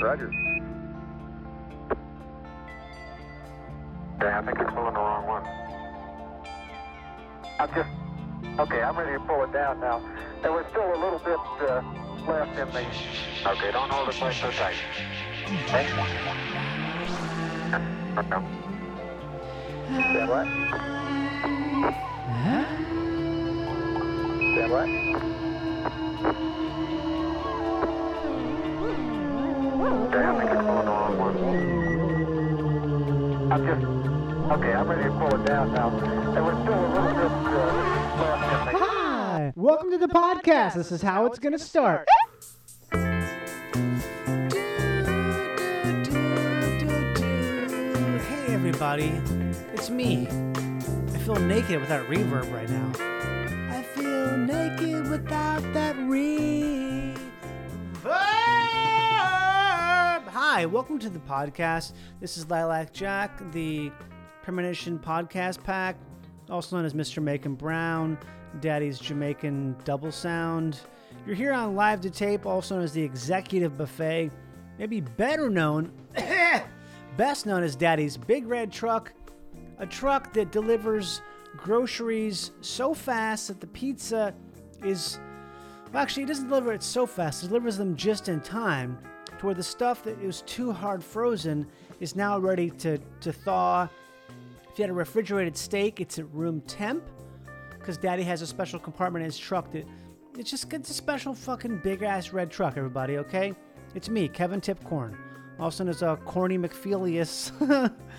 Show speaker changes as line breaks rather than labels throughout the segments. Roger.
Okay, I think you're pulling the wrong one.
I'm just, okay, I'm ready to pull it down now. There was still a little bit uh, left in the.
Okay, don't hold it quite so tight. Okay? Okay.
Stand right. Stand right.
Okay, I think you're pulling the wrong one.
I'm just, okay, I'm ready to pull it down now. There was still a little bit uh, left in the.
Hi, welcome to the podcast. This is how it's going to start.
Hey everybody, it's me. I feel naked without reverb right now. I feel naked without that reverb. Hi, welcome to the podcast. This is Lilac Jack, the Premonition Podcast Pack, also known as Mr. Macon Brown, Daddy's Jamaican Double Sound. You're here on Live to Tape, also known as the Executive Buffet, maybe better known, best known as Daddy's Big Red Truck, a truck that delivers groceries so fast that the pizza is well, actually, it doesn't deliver it so fast. It delivers them just in time to where the stuff that was too hard frozen is now ready to, to thaw. If you had a refrigerated steak, it's at room temp because daddy has a special compartment in his truck that it's just it's a special fucking big ass red truck, everybody, okay? It's me, Kevin Tipcorn, also known as uh, Corny McFeelius,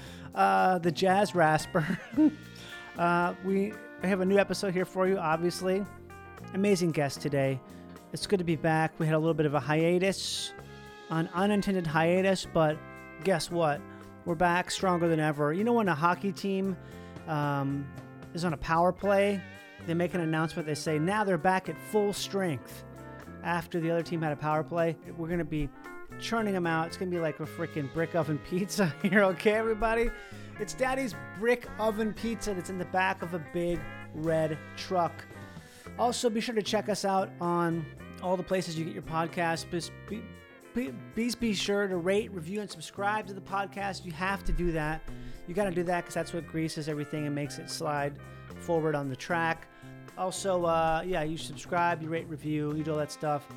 uh, the jazz rasper. uh, we have a new episode here for you, obviously amazing guest today. It's good to be back. We had a little bit of a hiatus, an unintended hiatus, but guess what? We're back stronger than ever. You know, when a hockey team um, is on a power play, they make an announcement. They say, now they're back at full strength after the other team had a power play. We're going to be churning them out. It's going to be like a freaking brick oven pizza here, okay, everybody? It's Daddy's brick oven pizza that's in the back of a big red truck. Also, be sure to check us out on all the places you get your podcast. Please be, be- please be sure to rate, review, and subscribe to the podcast. You have to do that. You got to do that because that's what greases everything and makes it slide forward on the track. Also, uh, yeah, you subscribe, you rate, review, you do all that stuff.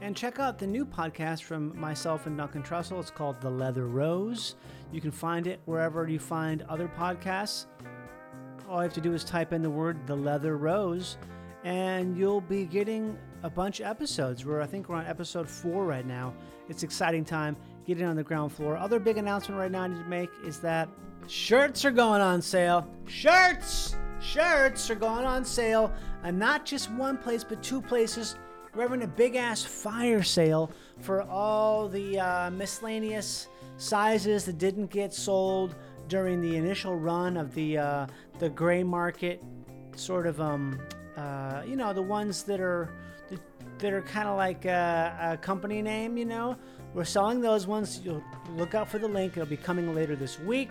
And check out the new podcast from myself and Duncan Trussell. It's called The Leather Rose. You can find it wherever you find other podcasts all you have to do is type in the word the leather rose and you'll be getting a bunch of episodes where i think we're on episode four right now it's exciting time get it on the ground floor other big announcement right now i need to make is that shirts are going on sale shirts shirts are going on sale and not just one place but two places we're having a big ass fire sale for all the uh, miscellaneous sizes that didn't get sold during the initial run of the uh, the gray market sort of um uh, you know the ones that are that, that are kind of like a, a company name you know we're selling those ones you'll look out for the link it'll be coming later this week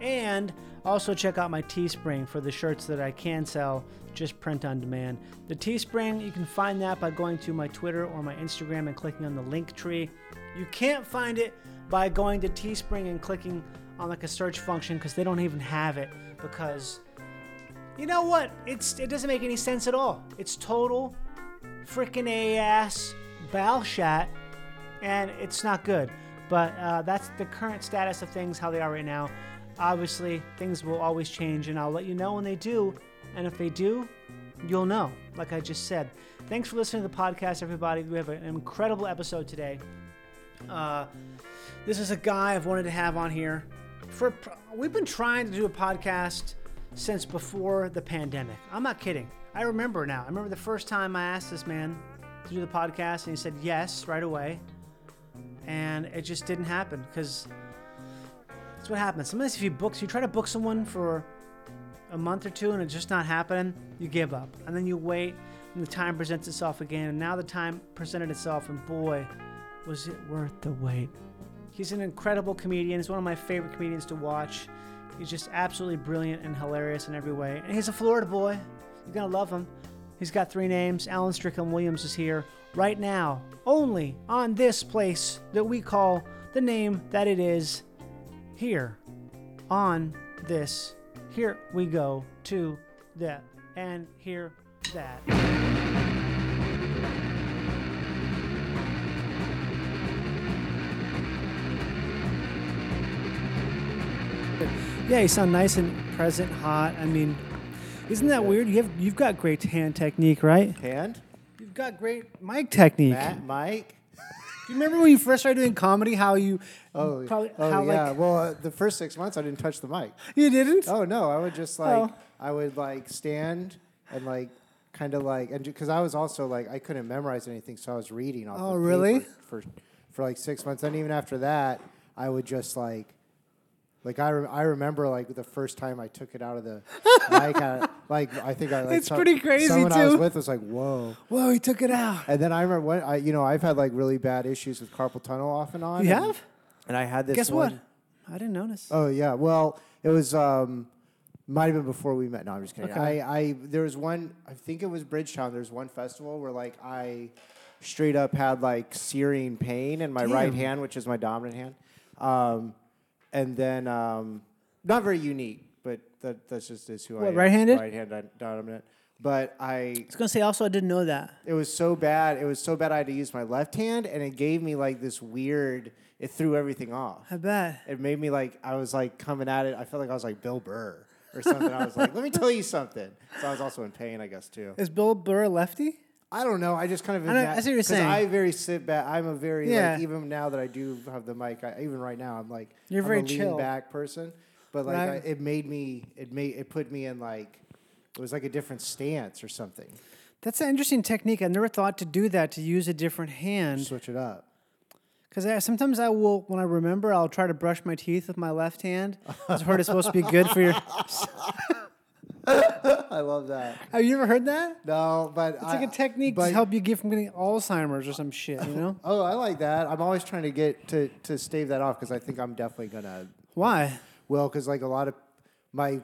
and also check out my Teespring for the shirts that I can sell, just print on demand. The Teespring, you can find that by going to my Twitter or my Instagram and clicking on the link tree. You can't find it by going to Teespring and clicking on like a search function because they don't even have it because you know what? It's it doesn't make any sense at all. It's total freaking ass Balshat and it's not good. But uh, that's the current status of things, how they are right now. Obviously, things will always change, and I'll let you know when they do. And if they do, you'll know, like I just said. Thanks for listening to the podcast, everybody. We have an incredible episode today. Uh, this is a guy I've wanted to have on here for pr- we've been trying to do a podcast since before the pandemic. I'm not kidding. I remember now. I remember the first time I asked this man to do the podcast and he said yes right away. And it just didn't happen cuz that's what happens. Sometimes if you book, you try to book someone for a month or two and it's just not happening, you give up. And then you wait and the time presents itself again. And now the time presented itself and boy, was it worth the wait. He's an incredible comedian. He's one of my favorite comedians to watch. He's just absolutely brilliant and hilarious in every way. And he's a Florida boy. You're going to love him. He's got three names. Alan Strickland Williams is here. right now, only on this place that we call the name that it is here on this. Here we go to the and here that. Yeah, you sound nice and present, hot. I mean, isn't that weird? You have you've got great hand technique, right?
Hand,
You've got great mic technique.
Matt, Mike.
Do you remember when you first started doing comedy? How you
Oh,
probably
oh
how
yeah.
like
well, uh, the first six months I didn't touch the mic.
you didn't?
Oh no, I would just like
Oh.
I would like stand and like kind of like and because I was also like I couldn't memorize anything, so I was reading off.
Oh,
of
really?
paper For for like six months, and even after that, I would just like. Like I, re- I remember like the first time I took it out of the mic, I, like I think I like
It's pretty crazy,
someone I was
too.
with was like whoa,
Whoa, he took it out.
and then I remember when I you know I've had like really bad issues with carpal tunnel off and on.
You
and-
have?
and I had this.
Guess
one,
what? I didn't notice.
Oh yeah. Well, it was um, might have been before we met. No, I'm just kidding. I, I there was one. I think it was Bridgetown. There's one festival where like I straight up had like searing pain in my right
Damn.
hand, which is my dominant hand, um, and then um, not very unique, but that that's just is who I
What,
am.
right-handed?
Right hand dominant. But I
was gonna say also I didn't know that.
it was so bad. It was so bad I had to use my left hand, and it gave me like this weird. It threw everything off
I bet.
it made me like I was like coming at it. I felt like I was like Bill Burr or something. I was like, let me tell you something. So I was also in pain, I guess too.
Is Bill Burr a lefty?
I don't know. I just kind of
I know- I see what you're
'cause
saying.
I very sit back. I'm a very
Yeah.
like even now that I do have the mic. I, even right now, I'm like
You're
I'm
very
a lean
chill.
back person. But like
Right.
I, it made me. It made it put me in like it was like a different stance or something.
That's an interesting technique. I've never thought to do that to use a different hand.
Switch it up.
Because I, sometimes I will, when I remember, I'll try to brush my teeth with my left hand. I've heard it's supposed to be good for your.
I love that.
Have you ever heard that?
No, but
It's like a technique to help you get from getting Alzheimer's or some shit, you know?
Oh, I like that. I'm always trying to get to to stave that off because I think I'm definitely gonna
Why?
Well, because like a lot of my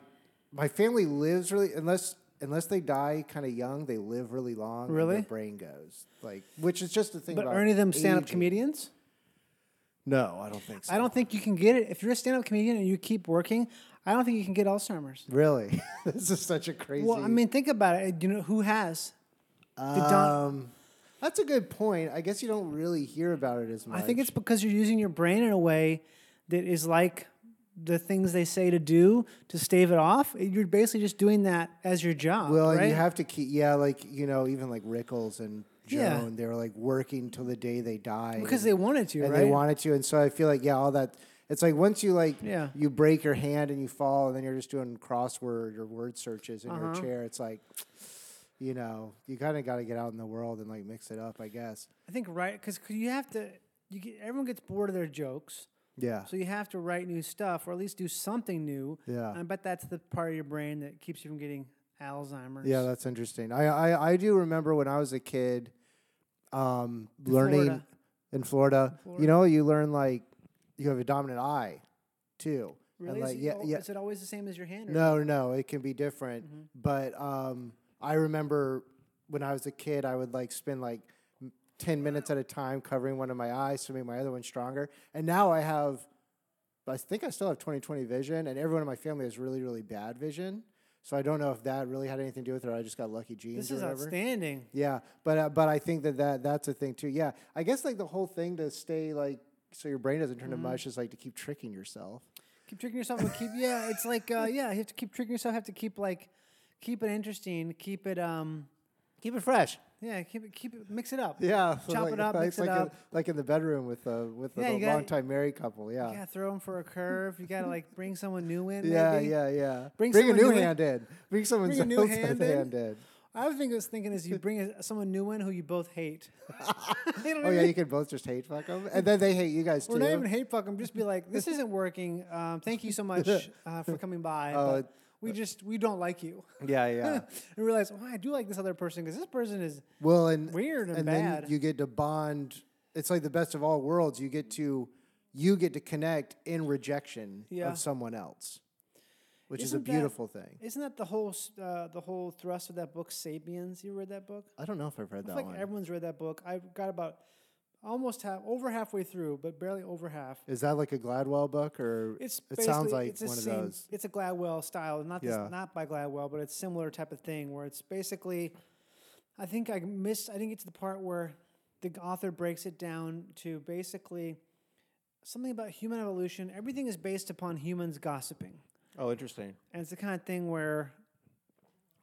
my family lives really unless unless they die kind of young, they live really long. and
Really?
their brain goes like, which is just the thing.
But
about
are any of them stand up
aging.
comedians?
No, I don't think so.
I don't think you can get it. If you're a stand up comedian and you keep working, I don't think you can get Alzheimer's.
really. this is such a crazy.
Well, I mean, think about it. You know, who has? The Don-
um, that's a good point. I guess you don't really hear about it as much.
I think it's because you're using your brain in a way that is like the things they say to do to stave it off. You're basically just doing that as your job.
well, and
right?
you have to keep yeah, like you know, even like Rickles and Joan,
Yeah.
they were like working till the day they died
because
and-
they wanted to,
and
right?
they wanted to. And so I feel like yeah, all that. It's like once you like
Yeah.
you break your hand and you fall, and then you're just doing crossword or word searches in
Uh-huh.
your chair. It's like, you know, you kind of got to get out in the world and like mix it up, I guess.
I think right because you have to. You get, everyone gets bored of their jokes,
Yeah.
so you have to write new stuff or at least do something new.
Yeah.
I bet that's the part of your brain that keeps you from getting Alzheimer's.
Yeah, that's interesting. I, I I do remember when I was a kid, um, learning
Florida.
in Florida. You know, you learn like you have a dominant eye, too. And,
Really?
like,
is, it
yeah,
al-
yeah.
is it always the same as your hand? or- Mm-hmm.
No, no, it can be different. But um, I remember when I was a kid, I would like spend like m- ten minutes at a time covering one of my eyes to make my other one stronger. And now I have, I think I still have 20/20 vision, and everyone in my family has really, really bad vision. So I don't know if that really had anything to do with it. or I just got lucky genes
This
or
is
whatever.
outstanding.
Yeah, but uh, but I think that, that that's a thing too. Yeah, I guess like the whole thing to stay like so your brain doesn't
Mm-hmm.
turn to mush is like to keep tricking yourself.
Keep tricking yourself. but keep yeah. It's like uh, yeah. You have to keep tricking yourself. Have to keep like keep it interesting. Keep it um
Keep it fresh.
yeah. Keep it keep it mix it up.
Yeah, so
Chop
like,
it up.
like,
mix
like
it
in-
up.
like in the bedroom with a with
Yeah,
a
you gotta-
longtime married couple.
You
Yeah,
gotta throw them for a curve. You gotta like bring someone new in.
yeah,
maybe.
yeah, yeah.
Bring
a
someone
new
new in.
hand in. Bring someone
Bring a new
else's
hand
hand,
in.
in.
I would think I was thinking is you bring a, someone new in who you both hate. You know what
Oh
I
yeah,
mean?
you can both just hate fuck them, and then they hate you guys too.
Or not even hate fuck them. Just be like, this isn't working. Um, thank you so much uh, for coming by.
Oh,
but we just we don't like you.
yeah, yeah.
and realize, oh, I do like this other person because this person is
Well, and
Weird and
then
bad.
you get to bond. It's like the best of all worlds. You get to you get to connect in rejection
Yeah.
of someone else. which
Isn't
is
that-
a beautiful thing.
Isn't that the whole s- uh, the whole thrust of that book, Sapiens? You read that book?
I don't know if I've read
I
that
feel like
one.
everyone's read that book. I got about almost half, over halfway through, but barely over half.
is that like a Gladwell book, or
It's
it sounds
basically-
like
it's the
one of
same-
those?
It's a Gladwell style, not this,
Yeah.
not by Gladwell, but it's similar type of thing where it's basically. I think I missed. I didn't get to the part where the author breaks it down to basically something about human evolution. Everything is based upon humans gossiping,
Oh, interesting.
and it's the kind of thing where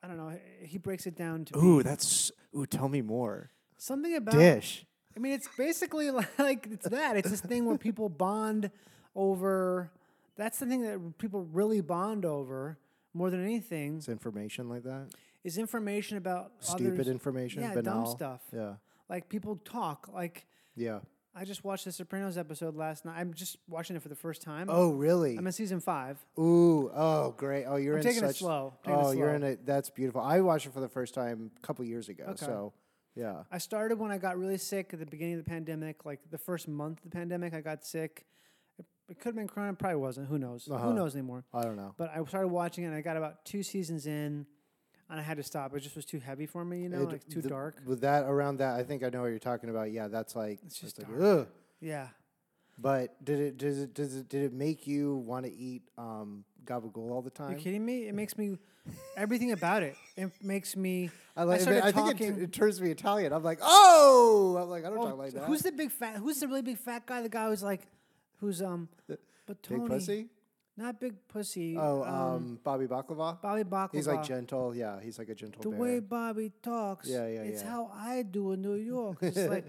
I don't know. He breaks it down to
Ooh, that's ooh. Tell me more.
something about
Dish.
I mean, it's basically like it's that. It's this thing where people bond over. That's the thing that people really bond over more than anything
It's information like that.
is information about
Stupid
others.
information.
yeah, dumb
banal.
stuff.
Yeah.
Like people talk. Like
Yeah.
I just watched the Sopranos episode last night. I'm just watching it for the first time.
Oh, really?
I'm in season five.
Ooh, oh, great. Oh, you're in
taking it
such,
slow, taking it
Oh, you're
slow.
in it. That's beautiful. I watched it for the first time a couple years ago.
Okay.
So, yeah.
I started when I got really sick at the beginning of the pandemic. Like the first month of the pandemic, I got sick. It, it could have been Corona. Probably wasn't. Who knows?
Uh-huh.
Who knows anymore?
I don't know.
But I started watching it, and I got about two seasons in, and I had to stop. It just was too heavy for me, you know,
It-
like too
the-
dark.
With that around that, I think I know what you're talking about. Yeah, that's like
It's just
that's
dark.
Like, Ugh.
Yeah.
But did it does it does it did it make you want to eat um gabagool all the
Are
time?
you kidding me? It makes me everything about it. It makes me.
I
I
like I,
started
think
talking.
it, it turns me Italian. I'm like, "Oh!" I'm like, "I don't
oh,
talk like that."
who's the big fat? Who's the really big fat guy? The guy who's like, who's um, but Tony,
big pussy?
not big pussy. uh,
Oh, um, Bobby Baklava?
Bobby Baklava.
He's like gentle. Yeah, he's like a gentle
the
bear.
way Bobby talks,
Yeah, yeah,
it's
yeah.
how I do in New York. It's like,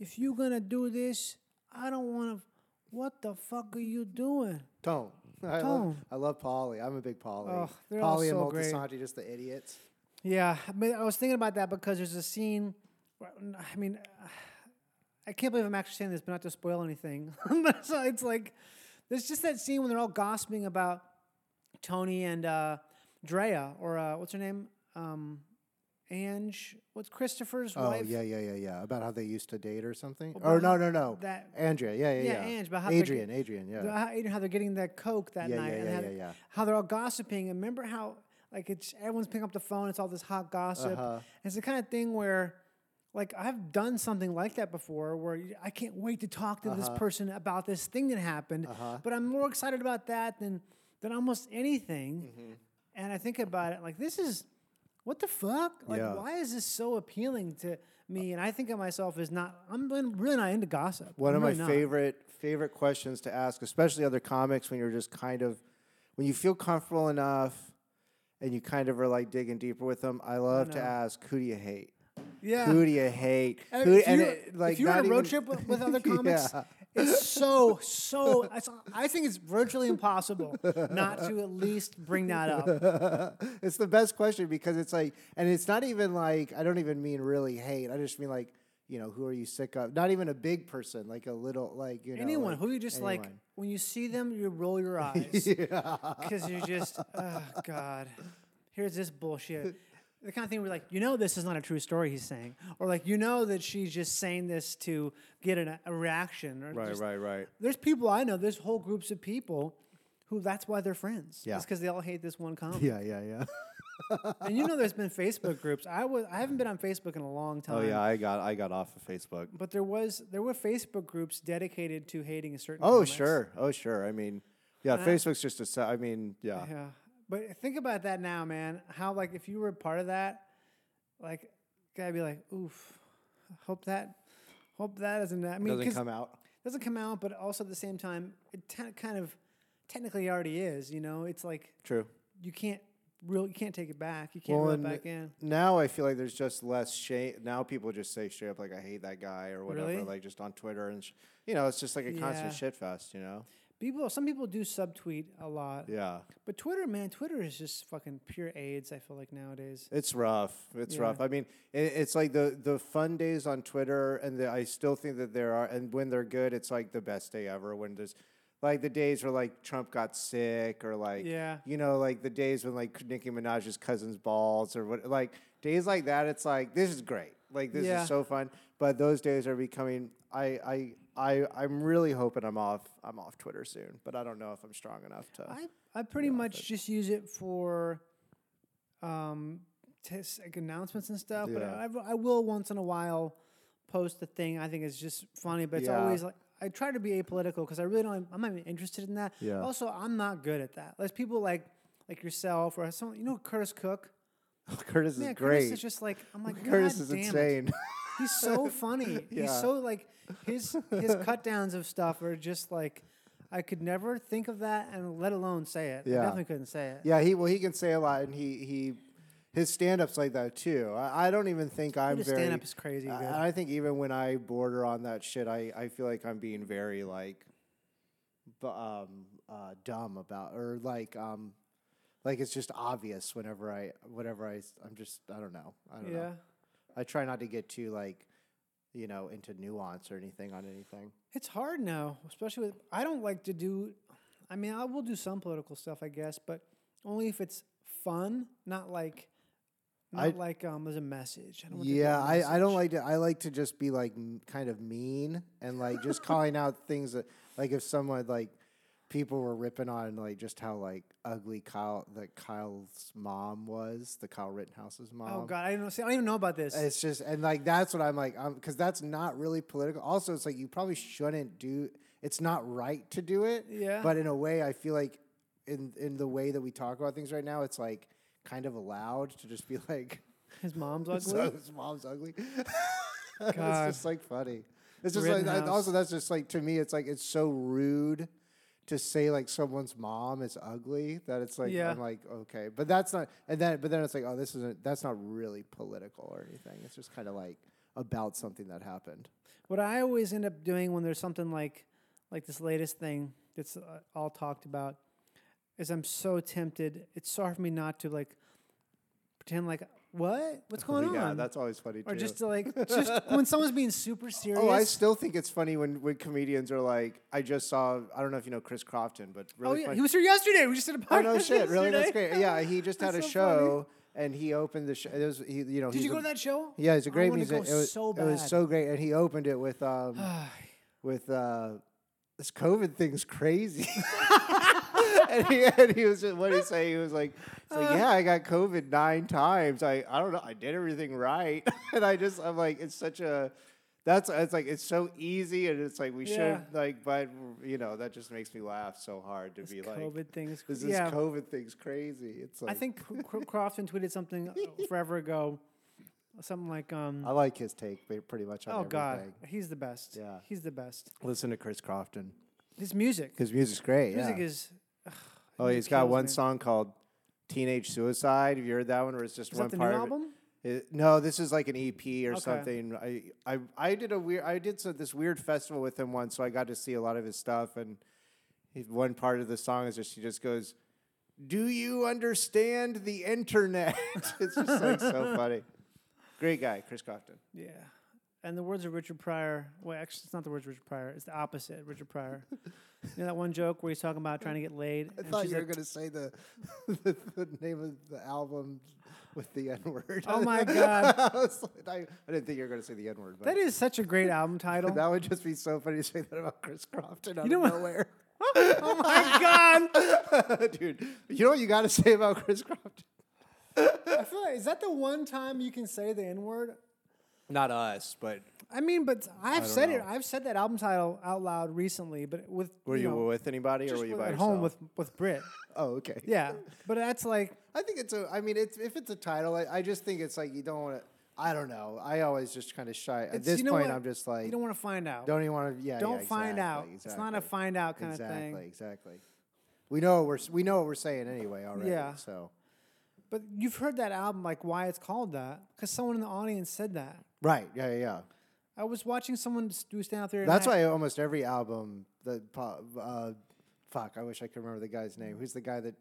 if you're gonna do this, I don't wanna. What the fuck are you doing?
Tone. I love,
Tone.
I love Polly. I'm a big Polly.
Oh, they're all
Polly and
so great.
Multisanti, just the idiots.
Yeah, I, mean, I was thinking about that because there's a scene. where- I mean, I can't believe I'm actually saying this, but not to spoil anything. But so it's like there's just that scene when they're all gossiping about Tony and uh, Drea, or uh, what's her name, um, Ange. What's Christopher's
Oh
wife?
yeah, yeah, yeah, yeah. About how they used to date or something.
Well,
Or
but
no,
how-
no, no.
that-
Andrea. Yeah, yeah,
Yeah,
yeah.
Ange, but how they-
Adrian, Adrian. Yeah.
The- How, you know, how they're getting that coke that
Yeah,
night,
yeah,
and
yeah,
how,
yeah, yeah.
how they're all gossiping. And remember how like it's everyone's picking up the phone. It's all this hot gossip.
Uh-huh.
It's the kind of thing where, like, I've done something like that before, where you- I can't wait to talk to
Uh-huh.
this person about this thing that happened. But I'm more excited about that than than almost anything.
Mm-hmm.
And I think about it like this is. What the fuck? Like,
Yeah.
why is this so appealing to me? And I think of myself as not. I'm really not into gossip.
One
I'm
of my
really not.
favorite favorite questions to ask, especially other comics, when you're just kind of when you feel comfortable enough, and you kind of are like digging deeper with them. I love to
know.
ask, who do you hate?
Yeah.
Who do you hate?
And
Who-
if,
and
you,
it, like,
if you're on
not
a road
even-
trip with, with other comics, it's so so. It's, I think it's virtually impossible not to at least bring that up.
it's the best question because it's like, and it's not even like I don't even mean really hate. I just mean like, you know, who are you sick of? Not even a big person, like a little, like you know,
Anyone
like
who you just like
anyone.
when you see them, you roll your eyes because you're just oh god. Here's this bullshit. The kind of thing where like you know this is not a true story he's saying, or like you know that she's just saying this to get an, a reaction, or just
right.
There's people I know. There's whole groups of people who that's why they're friends.
Yeah.
it's because they all hate this one comic.
Yeah, yeah, yeah.
and you know, there's been Facebook groups. I was I haven't been on Facebook in a long time.
Oh, I got I got off of Facebook.
But there was there were Facebook groups dedicated to hating a certain.
Oh
comics. Uh,
sure, oh sure. I mean, yeah, Facebook's just a. se- I mean, yeah.
Yeah, but think about that now, man. How like if you were a part of that, like, gotta be like, oof. Hope that, hope that isn't. I mean,
Doesn't
'cause-
come out.
doesn't come out, but also at the same time, it te- kind of technically already is. You know, it's like
True.
you can't real you can't take it back. You can't
Well,
reel it
and
back in.
Now I feel like there's just less shame. Now people just say straight up like I hate that guy or whatever,
Really?
like just on Twitter and sh- you know it's just like a
Yeah.
constant shit fest, you know?
People, some people do subtweet a lot.
Yeah.
But Twitter, man, Twitter is just fucking pure AIDS. I feel like nowadays.
It's rough. It's
Yeah.
rough. I mean, i it's like the the fun days on Twitter, and the, I still think that there are, and when they're good, it's like the best day ever. When there's like the days where like Trump got sick, or like
Yeah.
you know, like the days when like Nicki Minaj's cousin's balls, or what, like days like that. It's like this is great. Like this
Yeah.
is so fun. But those days are becoming. I I I I'm really hoping I'm off I'm off Twitter soon, but I don't know if I'm strong enough to.
I, I pretty much just use it for um tis, like announcements and stuff. But
Yeah.
I, I will once in a while post a thing I think is just funny, but it's
Yeah.
always like I try to be apolitical because I really don't. I'm not even interested in that.
Yeah.
Also, I'm not good at that. There's people like like yourself or someone. You know Curtis Cook.
Curtis is
Man,
great.
Curtis is just like I'm like
Curtis
"God
is
damn it."
insane.
He's so funny. He's
Yeah.
so like his his cut downs of stuff are just like I could never think of that and let alone say it.
Yeah.
I definitely couldn't say it.
yeah, he well he can say a lot, and he he his stand ups like that too. I, I don't even think I'm
his
very
stand-up is crazy
I-
good.
I think even when I border on that shit, I I feel like I'm being very like, bu- um, uh, dumb about or like um. Like it's just obvious whenever I, whenever I, s- I'm just I don't know I don't
Yeah.
know I try not to get too like, you know, into nuance or anything on anything.
It's hard now, especially with I don't like to do I mean, I will do some political stuff, I guess, but only if it's fun, not like not
I-
like um as a message. I don't want there to be a
Yeah, I, I don't
message.
like to. I like to just be like m- kind of mean and like just calling out things that like if someone like people were ripping on like just how like ugly Kyle that Kyle's mom was the Kyle Rittenhouse's mom.
Oh god, I don't know. See, I don't even know about this.
It's just and like that's what I'm like because that's not really political. Also, it's like you probably shouldn't do. It's not right to do it.
Yeah.
But in a way, I feel like in in the way that we talk about things right now, it's like kind of allowed to just be like,
His mom's ugly.
so his mom's ugly. it's
God.
just like funny. It's just like and
Rittenhouse.
also that's just like to me, it's like it's so rude. To say like someone's mom is ugly, that it's like
Yeah.
I'm like okay, but that's not, and then but then it's like oh this isn't that's not really political or anything. It's just kind of like about something that happened.
What I always end up doing when there's something like like this latest thing that's uh, all talked about is I'm so tempted. It's so hard for me not to like pretend like what what's going
yeah,
on
that's always funny too.
or just to like just when someone's being super serious.
oh, I still think it's funny when when comedians are like I just saw I don't know if you know Chris Crofton, but
Oh,
really
yeah,
funny.
he was here yesterday. We just did a podcast.
Oh no shit! Really, that's
yesterday.
great. Yeah, he just had a
That's so
show and he opened the show. It was he, you know.
Did
he's
you go
a-
to that show?
Yeah, he's a
I
great
wanna go
musician. It was
so
It was
bad.
so great, and he opened it with um with uh this COVID thing's crazy. and, he, and he was just what did he say? He was like, he's
Uh.
like, yeah, I got COVID nine times. I I don't know. I did everything right, and I just I'm like, it's such a. That's it's like it's so easy and it's like we
Yeah.
should like but you know that just makes me laugh so hard to be like
COVID thing is
this
crazy. Yeah.
COVID thing's crazy. It's like
I think Cro- Cro- Crofton tweeted something uh, forever ago, something like um.
I like his take ba- pretty much on
Oh
everything.
God, he's the best.
Yeah.
he's the best.
Listen to Chris Crofton.
His music,
His music's great.
music
yeah.
is. ugh,
oh,
it
he's got
kills
one
me.
song called "Teenage Suicide." Have you heard that one? Where it's just
Is
one
that the new
part. of it-
album?
It- no, this is like an EP or
Okay.
something. I, I I did a weird I did so, this weird festival with him once, so I got to see a lot of his stuff. And he, one part of the song is just he just goes, "Do you understand the internet?" it's just like so funny. Great guy, Chris Crofton.
Yeah, and the words of Richard Pryor. Well, actually, it's not the words of Richard Pryor. It's the opposite. Richard Pryor. you know that one joke where he's talking about trying to get laid.
I
and
thought
she's
you were
like,
going to say the, the the name of the album with the N word.
Oh my God.
I, was like- I, I didn't think you were going to say the N word, but
That is such a great album title.
that would just be so funny to say that about Chris Crofton out
know
of
what-
nowhere.
oh my God!
Dude, you know what you got to say about Chris Crofton?
I feel like is that the one time you can say the N word?
Not us, but
I mean, but I've said it.
know.
I've said that album title out loud recently, but with
were you,
know,
with anybody or
just
were you
with-
by
at home with
yourself?
with Brit?
Oh, okay.
Yeah, but that's like
I think it's a. I mean, it's if it's a title, I, I just think it's like you don't want to. I don't know. I always just kind of shy. At
It's-
this
you know
point,
what?
I'm just like
you don't want to find out.
Don't even want to. Yeah. yeah,
Don't find
exactly,
out. It's not a
exactly.
find out kind
exactly,
of thing.
Exactly. We know what we're s- we know what we're saying anyway already.
Yeah.
So. e
But you've heard that album, like why it's called that, because someone in the audience said that.
Right. Yeah. Yeah. yeah.
I was watching someone s- do stand out there.
That's why almost every album the po- uh, fuck I wish I could remember the guy's name. Who's the guy that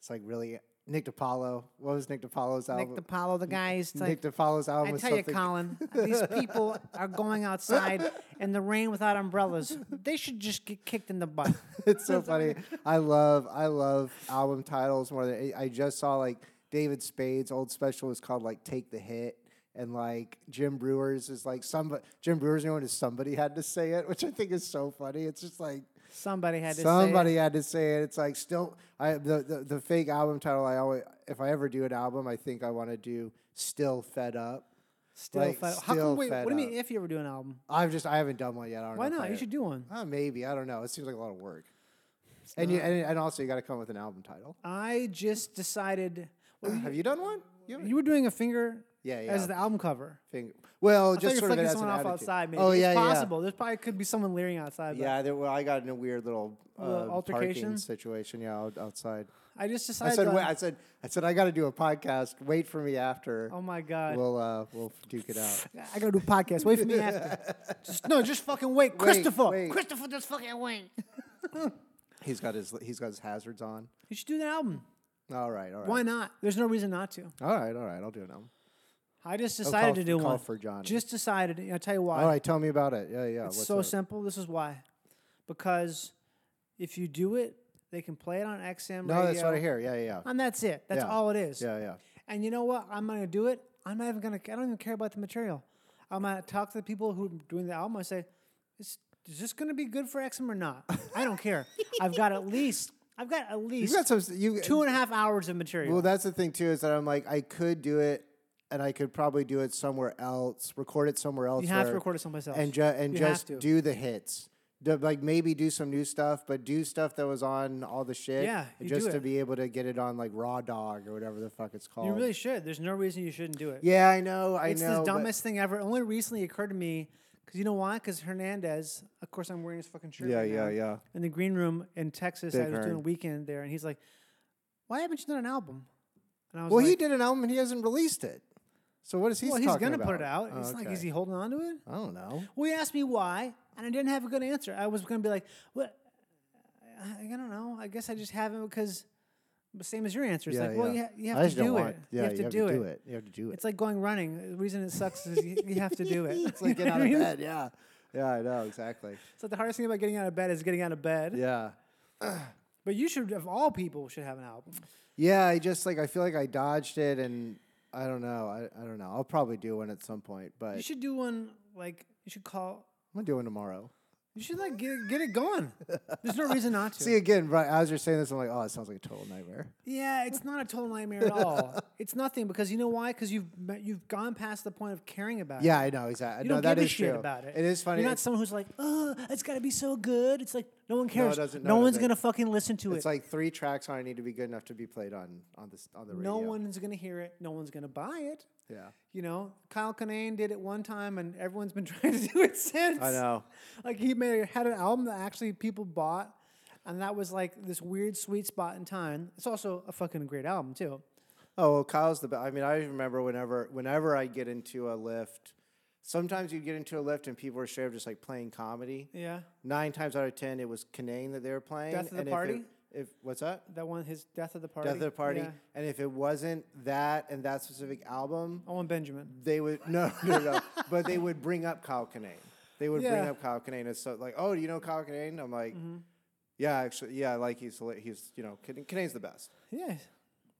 it's like really Nick DiPaolo? What was Nick DiPaolo's
Nick
album?
DiPaolo, the guy, is like,
Nick DiPaolo's album.
I
was
tell you,
something-
Colin, these people are going outside in the rain without umbrellas. They should just get kicked in the butt.
it's so funny. I love I love album titles more than I just saw like David Spade's old special was called like Take the Hit. and like Jim Brewers is like somebody Jim Brewers known as somebody had to say it, which I think is so funny. It's just like
Somebody had to
somebody
say.
had to say it. It's like still I the, the the fake album title. I always if I ever do an album, I think I want to do still fed up.
Still
like,
fed, how
still
come, wait,
fed
what do you mean
up.
if you ever do an album?
I've just I haven't done one yet. I don't
Why
know if
not?
I-
You should do one.
Uh, maybe I don't know. It seems like a lot of work. And you and, and also you got to come up with an album title.
I just decided. Well,
Have you done one? You haven't-
you were doing a finger
Yeah, yeah.
as the album cover.
Finger. Well,
I thought
just
you were
sort of
flicking
it as an
someone off
attitude.
outside, maybe.
Oh
it's
yeah, yeah.
possible. There probably could be someone leering outside. but
Yeah, there, well, I got in a weird little, uh,
Little altercation?
altercation situation. Yeah, out, outside.
I just
I
decided.
said,
that-
wait, I said, I said, I got to do a podcast. Wait for me after.
oh my god,
We'll uh, we'll duke it out.
I gotta do a podcast. Wait for me after. Just, no, just fucking wait, Christopher.
wait.
Christopher, just fucking wait.
He's got his he's got his hazards on.
You should do that album.
All right, all right.
Why not? There's no reason not to.
All right, all right. I'll do it now.
I just decided
call-
to do
call
one.
for Johnny.
Just decided. I'll tell you why.
All right, tell me about it. Yeah, yeah.
It's
what's
so
up?
simple. This is why. Because if you do it, they can play it on XM
No,
radio.
that's what I hear. Yeah, yeah, yeah.
And that's it. That's
Yeah.
all it is.
Yeah, yeah.
And you know what? I'm gonna do it. I'm not even gonna. I don't even care about the material. I'm gonna talk to the people who are doing the album. I say, is, is this gonna be good for XM or not? I don't care. I've got at least. I've got at least
You got some. You
two and a half hours of material.
Well, that's the thing too is that I'm like I could do it, and I could probably do it somewhere else, record it somewhere else.
you have to
where-
record it someplace else.
and ju- and
You have
just
to.
do the hits. Do- like maybe do some new stuff, but do stuff that was on all the shit.
Yeah, you do
just to
it.
be able to get it on like Raw Dog or whatever the fuck it's called.
you really should. There's no reason you shouldn't do it.
yeah, I know. I
It's
know.
the
but-
dumbest thing ever. It only recently occurred to me because you know why? Because Hernandez, of course, I'm wearing his fucking shirt.
Yeah,
right
yeah,
now,
yeah.
In the green room in Texas, I
Big
was doing a
Hern.
weekend there, and he's like, "Why haven't you done an album?" And I was
Well,
like,
he did an album and he hasn't released it. So what is he?
Well, he's
talking
gonna
about?
put it out.
Oh,
it's like,
okay.
is he holding on to it?
I don't know.
Well, he asked me why, and I didn't have a good answer. I was gonna be like, "What? I, I don't know. I guess I just haven't because." The same as your answer. It's
yeah,
like, well,
yeah.
you, ha- you have
I
to
just don't
do
want-
it.
Yeah,
you have to do, it.
You have to do it.
It's like going running. The reason it sucks is you, you have to do it.
it's like
You know
get
what
out
I
of
mean?
bed. Yeah, yeah, I know exactly.
So the hardest thing about getting out of bed is getting out of bed.
Yeah,
But you should, of all people, should have an album.
yeah. I just like I feel like I dodged it, and I don't know. I, I don't know. I'll probably do one at some point, but
You should do one like you should call.
I'm gonna do one tomorrow.
You should like get get it going. There's no reason not to.
See again, right as you're saying this, I'm like, oh, it sounds like a total nightmare.
yeah, it's not a total nightmare at all. it's nothing because you know why? Because you've met- you've gone past the point of caring about
Yeah,
it.
I know exactly.
You
no,
don't
that
give a
is
shit
true.
about it.
It is funny.
You're not
It's-
someone who's like, oh, it's got to be so good. It's like no one cares. No,
doesn't- no, it
one's
doesn't.
gonna fucking listen to
it's
it.
like three tracks on. I need to be good enough to be played on on this on the radio.
no one's gonna hear it. No one's gonna buy it.
Yeah.
You know, Kyle Kinane did it one time, and everyone's been trying to do it since.
I know.
Like he made had an album that actually people bought, and that was like this weird sweet spot in time. It's also a fucking great album too.
Oh well, Kyle's the best. I mean, I remember whenever whenever I get into a lift, sometimes you get into a lift and people are straight up just like playing comedy.
Yeah,
Nine times out of ten, it was Canane that they were playing.
Death of the
and if it-
Party?
If, what's that?
that one, his Death of the Party.
Death of the Party.
Yeah.
And if it wasn't that and that specific album,
Owen Benjamin.
they would no no no. but they would bring up Kyle Kinane. They would bring
Yeah. Mm-hmm.
up Kyle Kinane. It's so like, oh, do you know Kyle Kinane? I'm like, yeah, actually, yeah, like he's hila- he's you know Kina- Kinane's the best.
Yeah,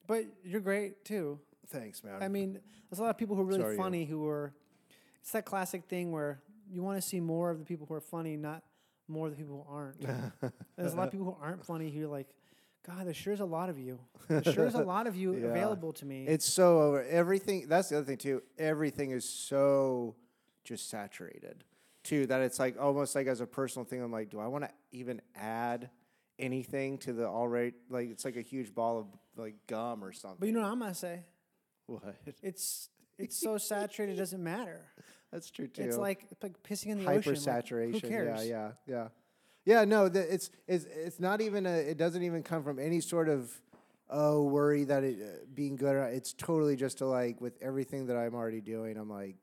but you're great too.
Thanks, man.
I mean, there's a lot of people who are really
So are you.
funny who are. It's that classic thing where you want to see more of the people who are funny, not more of the people who aren't. And there's a lot of people who aren't funny who are like, God, there sure is a lot of you. There sure is a lot of you available to me.
It's so over everything. That's the other thing too. Everything is so just saturated too that it's like almost like as a personal thing. I'm like, do I want to even add anything to the already? Like it's like a huge ball of like gum or something.
but you know what I'm gonna say?
what?
It's it's so saturated it doesn't matter.
That's true too.
It's like it's like pissing in the ocean. like,
hypersaturation.
who cares?
Yeah, yeah, yeah, yeah. No, the, it's it's it's not even a. It doesn't even come from any sort of oh worry that it uh, being good. Or, it's totally just to like with everything that I'm already doing. I'm like,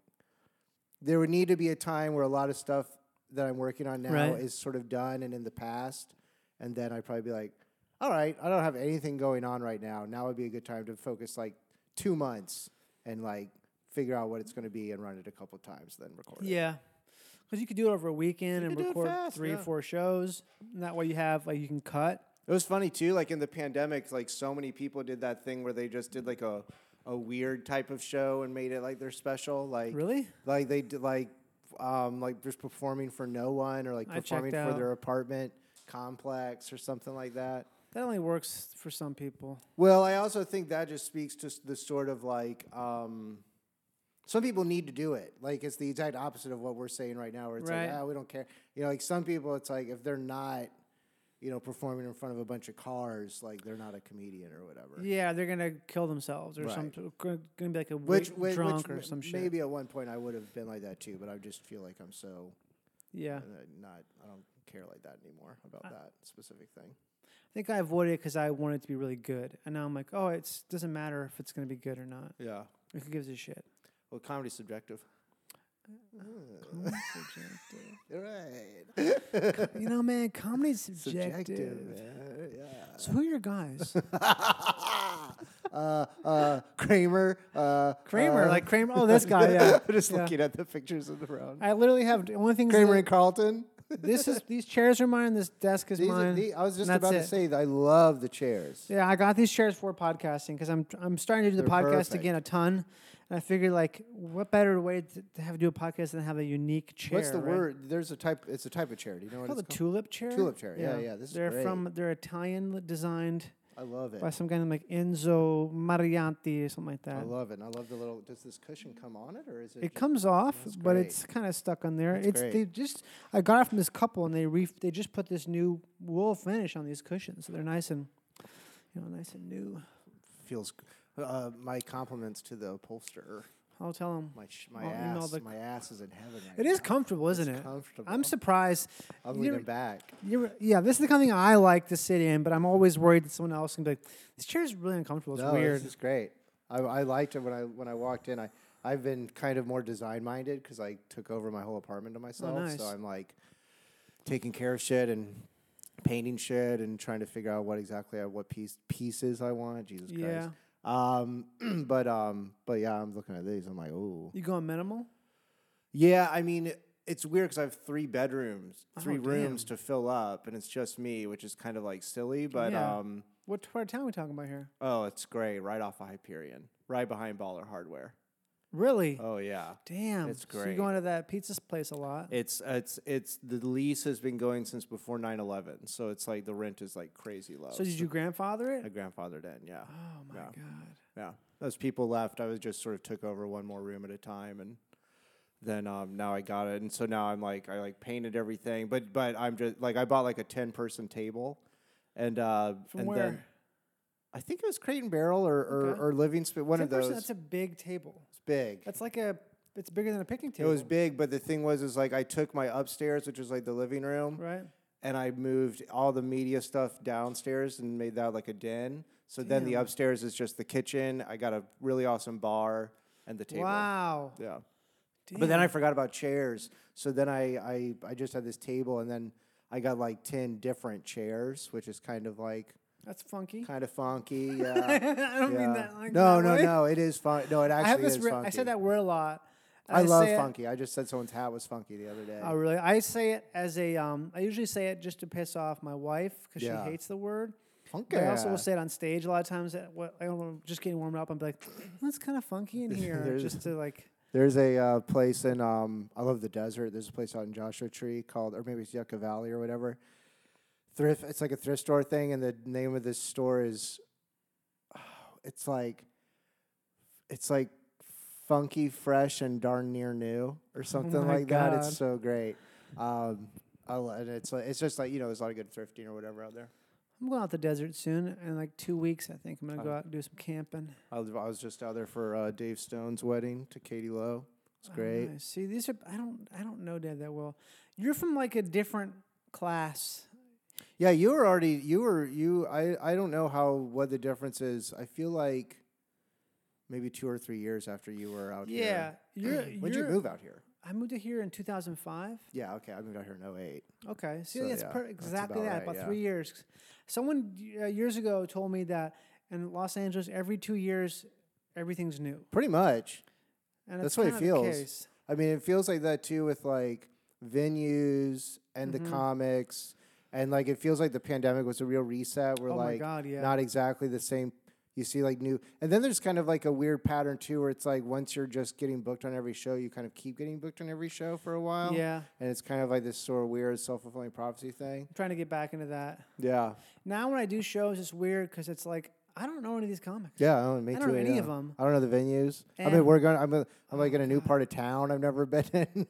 there would need to be a time where a lot of stuff that I'm working on now
Right.
is sort of done and in the past, and then I'd probably be like, all right, I don't have anything going on right now. Now would be a good time to focus like two months and like figure out what it's going to be and run it a couple times, then record. it.
Yeah. Because you could do it over a weekend and
could do it
record
fast,
three or
yeah.
four shows. And that way you have like you can cut.
It was funny too, like in the pandemic, like so many people did that thing where they just did like a a weird type of show and made it like they're special. Like
Really?
Like they did like um like just performing for no one or like
I checked
performing for
out.
their apartment complex or something like that.
That only works for some people.
Well, I also think that just speaks to s- the sort of like um, some people need to do it. Like it's the exact opposite of what we're saying right now, where it's
Right.
like, ah, we don't care. You know, like some people, it's like if they're not, you know, performing in front of a bunch of cars, like they're not a comedian or whatever.
Yeah, they're gonna kill themselves or
Right.
some going to be like a
Which,
which,
which,
drunk
which
or some
m-
shit.
maybe at one point I would have been like that too, but I just feel like I'm so
Yeah,
uh, not. I don't care like that anymore about
Uh.
that specific thing.
I think I avoided it because I wanted it to be really good, and now I'm like, oh, it doesn't matter if it's gonna be good or not.
Yeah.
Like, Who gives a shit?
Well, comedy's subjective. Right.
you know, man, comedy's subjective.
Subjective. man. Yeah.
So who are your guys?
uh, uh, Kramer. Uh,
Kramer,
uh,
like Kramer. Oh, this guy. Yeah,
just
yeah.
looking at the pictures of the round.
I literally have the only thing.
Kramer and Carlton.
This is these chairs are mine. This desk is
These are-
mine.
the- I was just
and
about to
that's it.
say that I love the chairs.
Yeah, I got these chairs for podcasting because I'm I'm starting to do the
They're
podcast
perfect.
again a ton, and I figured like, what better way to, to have do a podcast than have a unique chair?
What's the
right?
word? There's a type. It's a type of chair. Do you know what
Called
it's
a
called?
tulip chair.
Tulip chair. Yeah, yeah, this is
they're
great.
from they're Italian li- designed
I love it.
by some guy named like Enzo Marianti or something like that.
I love it. And I love the little. Does this cushion come on it or is it?
It
just-
comes off, but
great.
it's kind of stuck on there.
That's
it's
great.
they just I got it from this couple, and they re- they just put this new wool finish on these cushions, so they're nice and you know nice and new.
feels. Uh, my compliments to the upholsterer.
I'll tell them
My sh- my
I'll email
ass.
the-
My ass is in heaven right
it
now.
is comfortable, isn't it? I'm
comfortable.
surprised.
I'm
you
leaning
know,
back.
you're- yeah, this is the kind of thing I like to sit in, but I'm always worried that someone else can be like, "This chair is really uncomfortable. It's
no,
weird."
This is great. I, I liked it when I when I walked in. I I've been kind of more design minded because I took over my whole apartment to myself.
Oh, nice.
So I'm like taking care of shit and painting shit and trying to figure out what exactly I, what piece pieces I want. Jesus
Yeah.
Christ. Um, but um, but yeah, I'm looking at these. I'm like, oh,
you going minimal?
yeah. I mean, it- it's weird because I have three bedrooms,
Oh,
three
damn.
rooms to fill up, and it's just me, which is kind of like silly. But
Yeah.
um,
What part of town are we talking about here?
oh, it's great. Right off of Hyperion, right behind Baller Hardware.
Really?
Oh yeah.
Damn.
it's
So you
great.
going to that pizza place a lot?
It's it's it's the lease has been going since before 9/11, so it's like the rent is like crazy low.
so did you grandfather it?
I grandfathered in, yeah,
Oh my
Yeah.
god.
yeah. Those people left. I was just sort of took over one more room at a time, and then um, now I got it, and so now I'm like I like painted everything, but but I'm just like I bought like a 10 person table, and uh,
From
and then
where?
I think it was Crate and Barrel or or,
Okay.
or Living Space, one of
10%,
those.
That's a big table.
it's big.
That's like a. It's bigger than a picnic
it
table.
was big, but the thing was is like I took my upstairs, which was like the living room,
right?
and I moved all the media stuff downstairs and made that like a den. So then the
Damn.
upstairs is just the kitchen. I got a really awesome bar and the table.
Wow.
Yeah. But then I forgot about chairs. So then I, I I just had this table and then I got like 10 different chairs, which is kind of like
That's funky.
kind of funky. Yeah.
I don't
yeah.
mean that. Like
no,
that
no,
way.
no. It is fun. No, it actually
I have this.
is
Re-
funky.
I say that word a lot. and
I, love
say it-
funky. I just said someone's hat was funky the other day.
Oh, really? I say it as a. Um, I usually say it just to piss off my wife because
Yeah.
she hates the word.
funky.
But I also will say it on stage a lot of times. That what I don't know, just getting warmed up, I'm like, that's kind of funky in here,
There's-
just to like.
There's a uh, place in um, I love the desert. There's a place out in Joshua Tree called, or maybe it's Yucca Valley or whatever. Thrift. It's like a thrift store thing, and the name of this store is, it's like, it's like funky, fresh, and darn near new or something
Oh my
like that.
God.
It's so great. Um, I lo- and it's like, it's just like you know, there's a lot of good thrifting or whatever out there.
I'm going out the desert soon in like two weeks. I think I'm gonna go out and do some camping.
I was, I was just out there for uh, Dave Stone's wedding to Katie Lowe. It's great.
Oh, Nice. See, these are I don't I don't know Dad that well. You're from like a different class.
Yeah, you were already you were you I I don't know how what the difference is. I feel like maybe 2 or 3 years after you were out
Yeah,
here.
you're.
When did you
you're-
move out here?
I moved to here in 2005.
Yeah, okay. I moved out here in 08.
Okay, see,
So,
that's
yeah,
per-
that's
exactly
about
that.
right,
about
yeah.
three years. Someone uh, years ago told me that in Los Angeles, every two years, everything's new.
Pretty much.
And it's
That's what it
kind of the
feels.
case.
I mean, it feels like that too with like venues and
Mm-hmm.
the comics and like it feels like the pandemic was a real reset where
Oh my
like
God, yeah.
not exactly the same you see like new, and then there's kind of like a weird pattern too, where it's like once you're just getting booked on every show, you kind of keep getting booked on every show for a while.
Yeah.
and it's kind of like this sort of weird self fulfilling prophecy thing.
trying to get back into that.
Yeah,
Now when I do shows, it's weird because it's like I don't know any of these comics.
yeah. I don't, me
I don't know
too,
any
yeah.
of 'em.
I don't know the venues. I mean,
And-
we're going. I'm. A, I'm like in a new part of town I've never been in.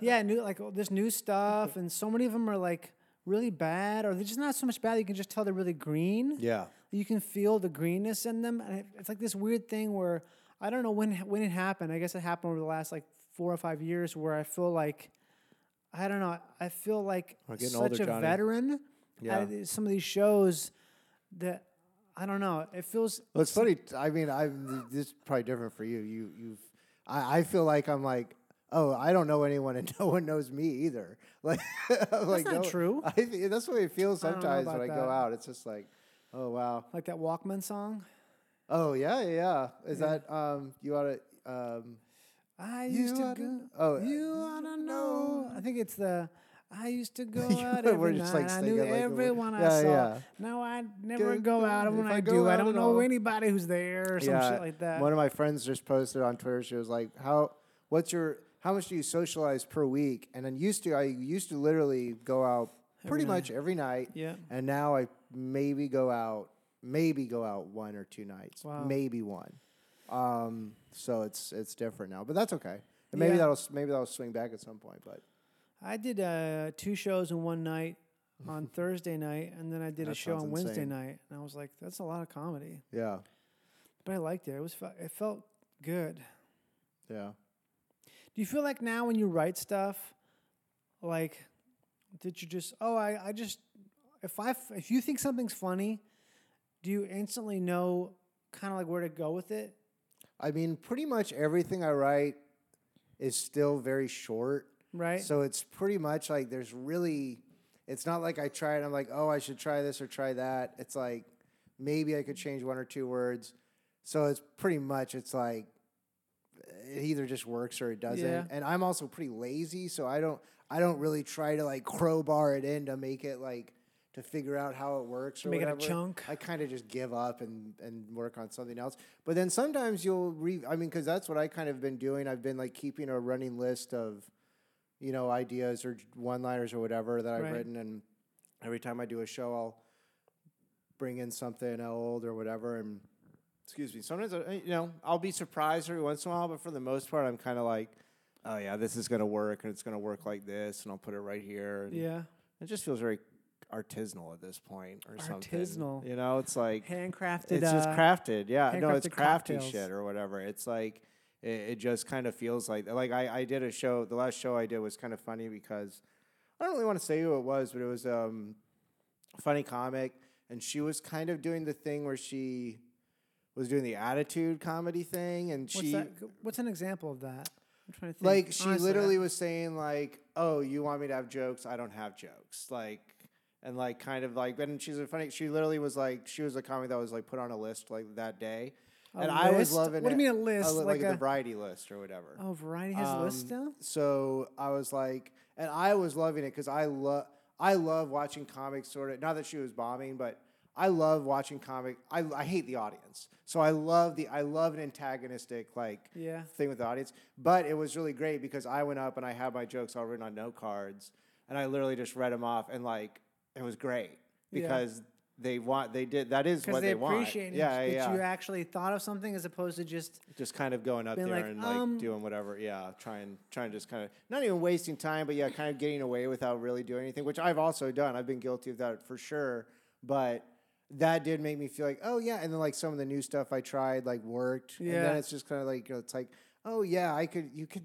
Yeah, new like all this new stuff, and so many of them are like really bad, or they're just not so much bad. You can just tell they're really green.
yeah,
you can feel the greenness in them, and it, it's like this weird thing where I don't know when when it happened. I guess it happened over the last like four or five years, where I feel like I don't know. I feel like
We're getting
such
older,
a
Johnny.
veteran.
Yeah.
at these- some of these shows that I don't know. It feels
Well, it's funny. t- I mean, I this is probably different for you. You you've I, I feel like I'm like oh I don't know anyone and no one knows me either. Like like,
not
no-
true.
I, thi- that's what it feels
I don't know
sometimes when
about
I
that.
go out. It's just like oh wow
like that Walkman song.
oh yeah yeah yeah. Is that um you ought to um
I used to
oughta
go.
kn- oh,
you
uh,
oughta know. I think it's the. I used to go
You
out
were
every night.
just, like,
I
singing,
knew
like, a-
everyone I
yeah,
saw.
yeah.
Now I never go
Go- go-
out, and
if
when
I
I,
go
do, I
out
don't
at
know
all-
anybody who's there or some shit like that.
One of my friends just posted on Twitter. She was like, "How? What's your? How much do you socialize per week?" And then used to, I used to literally go out pretty much every night.
Yeah.
And now I maybe go out, maybe go out one or two nights,
Wow.
maybe one. Um, so it's it's different now, but that's okay. And maybe
Yeah.
that'll s- maybe that'll swing back at some point. But
I did uh, two shows in one night on Thursday night, and then I did a
That
show on
sounds
Wednesday
insane.
night, and I was like, "That's a lot of comedy,"
yeah,
but I liked it. It was fu- it felt good.
yeah.
Do you feel like now when you write stuff, like, did you just, oh, I, I just, if I, f- if you think something's funny, do you instantly know kind of like where to go with it?
I mean, pretty much everything I write is still very short.
Right.
So it's pretty much like there's really, it's not like I try and I'm like, oh, I should try this or try that. It's like maybe I could change one or two words. So it's pretty much, it's like it either just works or it doesn't.
Yeah.
And I'm also pretty lazy. So I don't, I don't really try to like crowbar it in to make it like, to figure out how it works or
Make it a
whatever.
chunk.
I kind of just give up and and work on something else. But then sometimes you'll re. I mean, because that's what I kind of been doing. I've been like keeping a running list of, you know, ideas or one liners or whatever that I've
Right.
written, and every time I do a show, I'll bring in something old or whatever, and excuse me. Sometimes I, you know I'll be surprised every once in a while, but for the most part, I'm kind of like. Oh yeah, this is gonna work, and it's gonna work like this, and I'll put it right here. and
Yeah.
it just feels very artisanal at this point or something.
Artisanal.
You know, it's like
Handcrafted.
it's just
uh,
crafted. Yeah, no, it's
handcrafted
crafty
cocktails.
shit or whatever. It's like it, it just kind of feels like like I, I did a show. The last show I did was kind of funny because I don't really want to say who it was, but it was um a funny comic, and she was kind of doing the thing where she was doing the attitude comedy thing, and
What's,
she
that, what's an example of that? I'm trying to think.
like she
Honestly,
literally
I-
was saying like, "Oh, you want me to have jokes? I don't have jokes." Like and like kind of like and she's a funny she literally was like she was a comic that was like put on a list like that day.
A
and I was
list?
loving
What do you
it.
mean a list?
li-
Like
like,
a-
the variety list or whatever.
Oh, Variety has a list
Um,
now?
So I was like, and I was loving it because I love I love watching comics. Sort of not that she was bombing, but I love watching comic. I, I hate the audience, so I love the I love an antagonistic like
Yeah.
thing with the audience. But it was really great because I went up and I had my jokes all written on note cards, and I literally just read them off, and like it was great
Yeah.
because. They want. They did. That is
Because
what
they,
they,
appreciate
want.
it
Yeah,
that
yeah.
you actually thought of something as opposed to just,
just kind of going up
Being
there
like,
and like
um,
doing whatever. Yeah, trying trying to just kind of not even wasting time, but yeah, kind of getting away without really doing anything, which I've also done. I've been guilty of that for sure, but that did make me feel like, oh yeah, and then like some of the new stuff I tried like worked, and
Yeah.
then it's just kind of like you know, it's like, oh yeah, I could you could.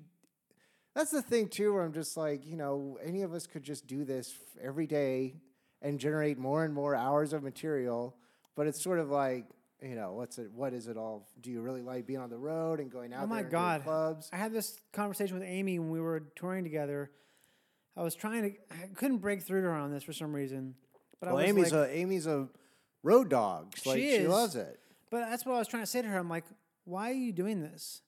That's the thing too, where I'm just like, you know, any of us could just do this f- every day and generate more and more hours of material, but it's sort of like. You know what's it? What is it all? Do you really like being on the road and going out?
oh my
there and doing
God.
clubs?
I had this conversation with Amy when we were touring together. I was trying to, I couldn't break through to her on this for some reason. But
Well,
I was
Amy's
like,
a Amy's a road dog. She, like,
She
she
is.
loves it.
but that's what I was trying to say to her. I'm like, why are you doing this?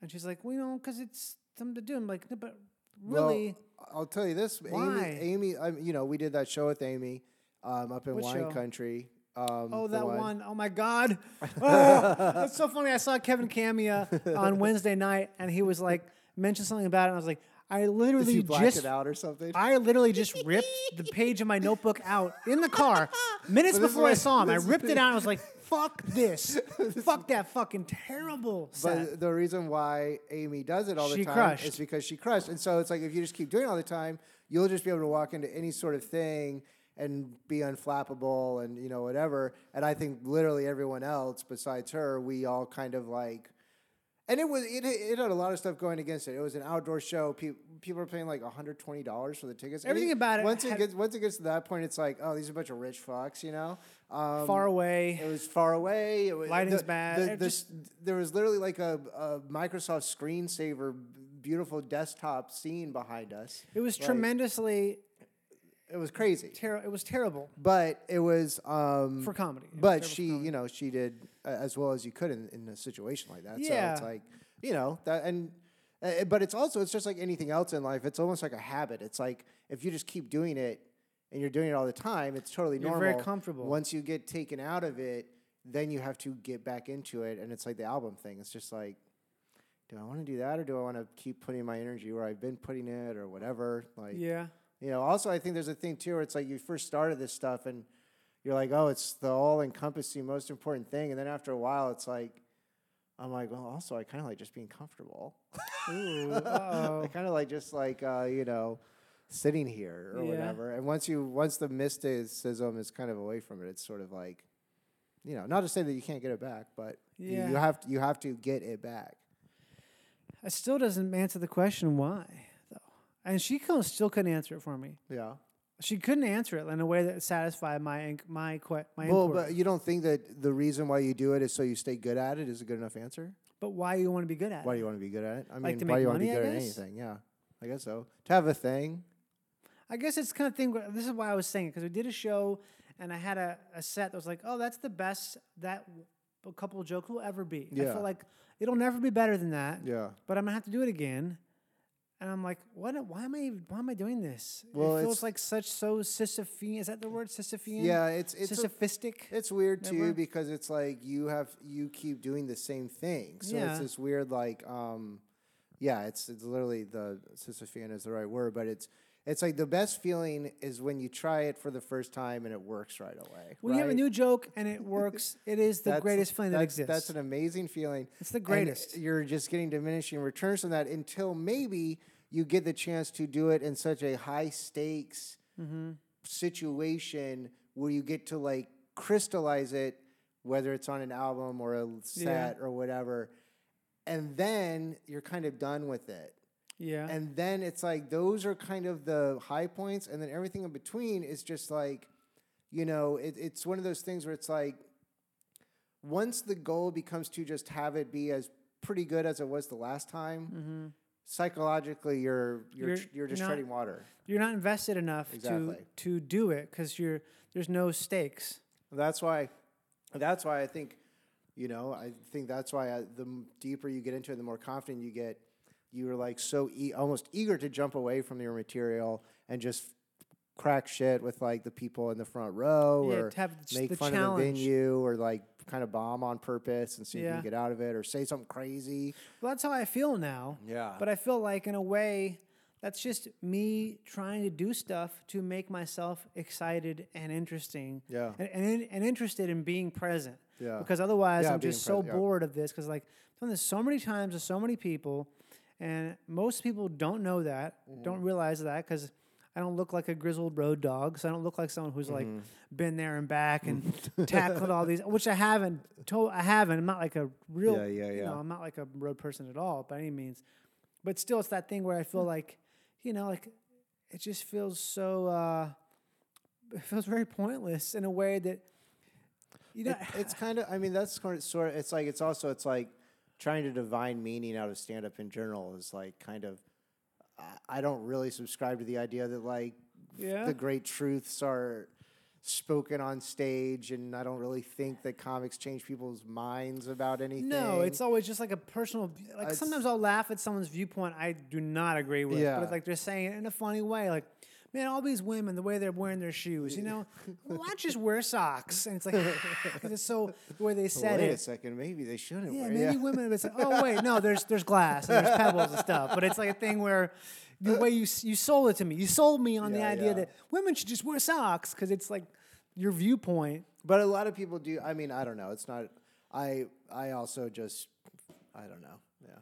And she's like, well, you know, because it's something to do. I'm like, no, but really,
well, I'll tell you this.
Why?
Amy, Amy um, you know, we did that show with Amy um, up in
What
wine
show?
country. Um,
Oh,
the
that one. Oh my God. Oh, that's so funny. I saw Kevin Camia on Wednesday night, and he was like mentioned something about it. And I was like, I
Did
literally
you black
just,
it out or something?
I literally just ripped the page of my notebook out in the car minutes
But this is
before I
what-
saw him. I
this is
ripped
the-
it out. And I was like, fuck this, fuck that fucking terrible set.
But the reason why Amy does it all
She
the time
crushed.
is because she crushed. And so it's like if you just keep doing it all the time, you'll just be able to walk into any sort of thing and be unflappable and you know whatever. And I think literally everyone else besides her, we all kind of like. And it was it, it had a lot of stuff going against it. It was an outdoor show. People people are paying like hundred twenty dollars for the tickets. And
Everything about it
Once it
had-
gets once it gets to that point, it's like oh these are a bunch of rich fucks, you know. Um,
Far away.
it was far away. It was,
Lighting's
the-
bad.
the-
It
the
just-
s- there was literally like a, a Microsoft screensaver, b- beautiful desktop scene behind us.
It was
Like,
tremendously
It was crazy,
terrible. It was terrible
but it was um,
for comedy. It was
But
terrible for
she,
comedy.
you know, she did a- as well as you could in, in a situation like that. So
Yeah.
it's like, you know, that and. Uh, but it's also it's just like anything else in life. It's almost like a habit. It's like if you just keep doing it and you're doing it all the time, it's totally
You're
normal.
very comfortable.
Once you get taken out of it, then you have to get back into it. And it's like the album thing. It's just like, do I want to do that or do I want to keep putting my energy where I've been putting it or whatever? Like,
yeah.
you know, also I think there's a thing too where it's like you first started this stuff and you're like, oh, it's the all encompassing most important thing. And then after a while it's like I'm like, well, also I kinda like just being comfortable.
Ooh,
I
uh-oh.
kinda like just like uh, you know, sitting here or
Yeah.
whatever. And once you once the mysticism is kind of away from it, it's sort of like you know, not to say that you can't get it back, but you- you
Yeah.
have to you have to get it back.
It still doesn't answer the question why, though. And she co- still couldn't answer it for me.
Yeah.
She couldn't answer it in a way that satisfied my inc- my que- my
Well,
inquiry.
but you don't think that the reason why you do it is so you stay good at it is a good enough answer?
But why you want to be good at
Why do
it?
you want to be good at it? I mean,
Like to
why
make
do you want to be
money, I
good at
guess?
anything? Yeah, I guess so. To have a thing.
I guess it's kind of thing. where- This is why I was saying it because we did a show and I had a, a set that was like, oh, that's the best that w- a couple joke will ever be. I
Yeah.
felt like it'll never be better than that.
Yeah.
But I'm gonna have to do it again. And I'm like, what? a- Why am I? even- Why am I doing this?
Well,
it feels
it's-
like such so Sisyphean. Is that the word Sisyphean?
Yeah, it's it's a-
Sisyphistic.
it's weird
That
too
word?
because it's like you have you keep doing the same thing. So
Yeah.
it's this weird like um, yeah, it's it's literally the Sisyphean is the right word, but it's it's like the best feeling is when you try it for the first time and it works right away.
when you have a
right?
new joke and it works, it is the
That's-
greatest feeling that
that's-
exists.
That's an amazing feeling.
It's the
And
greatest.
you're just getting diminishing returns from that until maybe you get the chance to do it in such a high stakes
Mm-hmm.
situation where you get to like crystallize it, whether it's on an album or a l- set or whatever. And then you're kind of done with it.
yeah.
And then it's like those are kind of the high points, and then everything in between is just like, you know, it, it's one of those things where it's like, once the goal becomes to just have it be as pretty good as it was the last time, psychologically you're you're
Mm-hmm. You're-
you're, tr- you're just
you're not-
treading water.
you're not invested enough
Exactly.
to to do it because you're there's no stakes.
That's why, that's why I think, you know, I think that's why I, the m- deeper you get into it, the more confident you get. You are like so e- almost eager to jump away from your material and just crack shit with like the people in the front row
Yeah,
or
to have the ch-
make
the
fun
challenge.
of the venue or like kind of bomb on purpose and see if you
Yeah.
can get out of it or say something crazy.
Well, that's how I feel now.
Yeah.
But I feel like in a way that's just me trying to do stuff to make myself excited and interesting.
Yeah.
And and, and interested in being present.
Yeah.
Because otherwise
Yeah,
I'm
being
just so
present, yeah.
bored of this because like I've done this so many times with so many people, and most people don't know that,
Mm-hmm.
don't realize that because. I don't look like a grizzled road dog, so I don't look like someone who's like
Mm-hmm.
been there and back and tackled all these, which I haven't. Told I haven't. I'm not like a real.
Yeah, yeah,
You
yeah.
know, I'm not like a road person at all by any means, but still, it's that thing where I feel
Hmm.
like, you know, like it just feels so. uh It feels very pointless in a way that, you know,
It- it's kind of i mean that's sort of, sort of it's like it's also it's like trying to divine meaning out of stand up in general is like kind of I- i don't really subscribe to the idea that like
Yeah.
the great truths are spoken on stage and i don't really think that comics change people's minds about anything
No, it's always just like a personal. v- Like
It's-
sometimes I'll laugh at someone's viewpoint I do not agree with,
Yeah.
but like they're saying it in a funny way. Like, man, all these women, the way they're wearing their shoes, you know, why not just wear socks? And it's like, because it's so, the way they said
Wait
it.
a second, maybe they shouldn't.
Yeah,
wear-
maybe women would say, "Oh wait, no, there's there's glass and there's pebbles and stuff." But it's like a thing where the way you s- you sold it to me, you sold me on the
Yeah,
idea
yeah.
that women should just wear socks because it's like your viewpoint.
But a lot of people do. I mean, I don't know. It's not. I I also just I don't know. Yeah.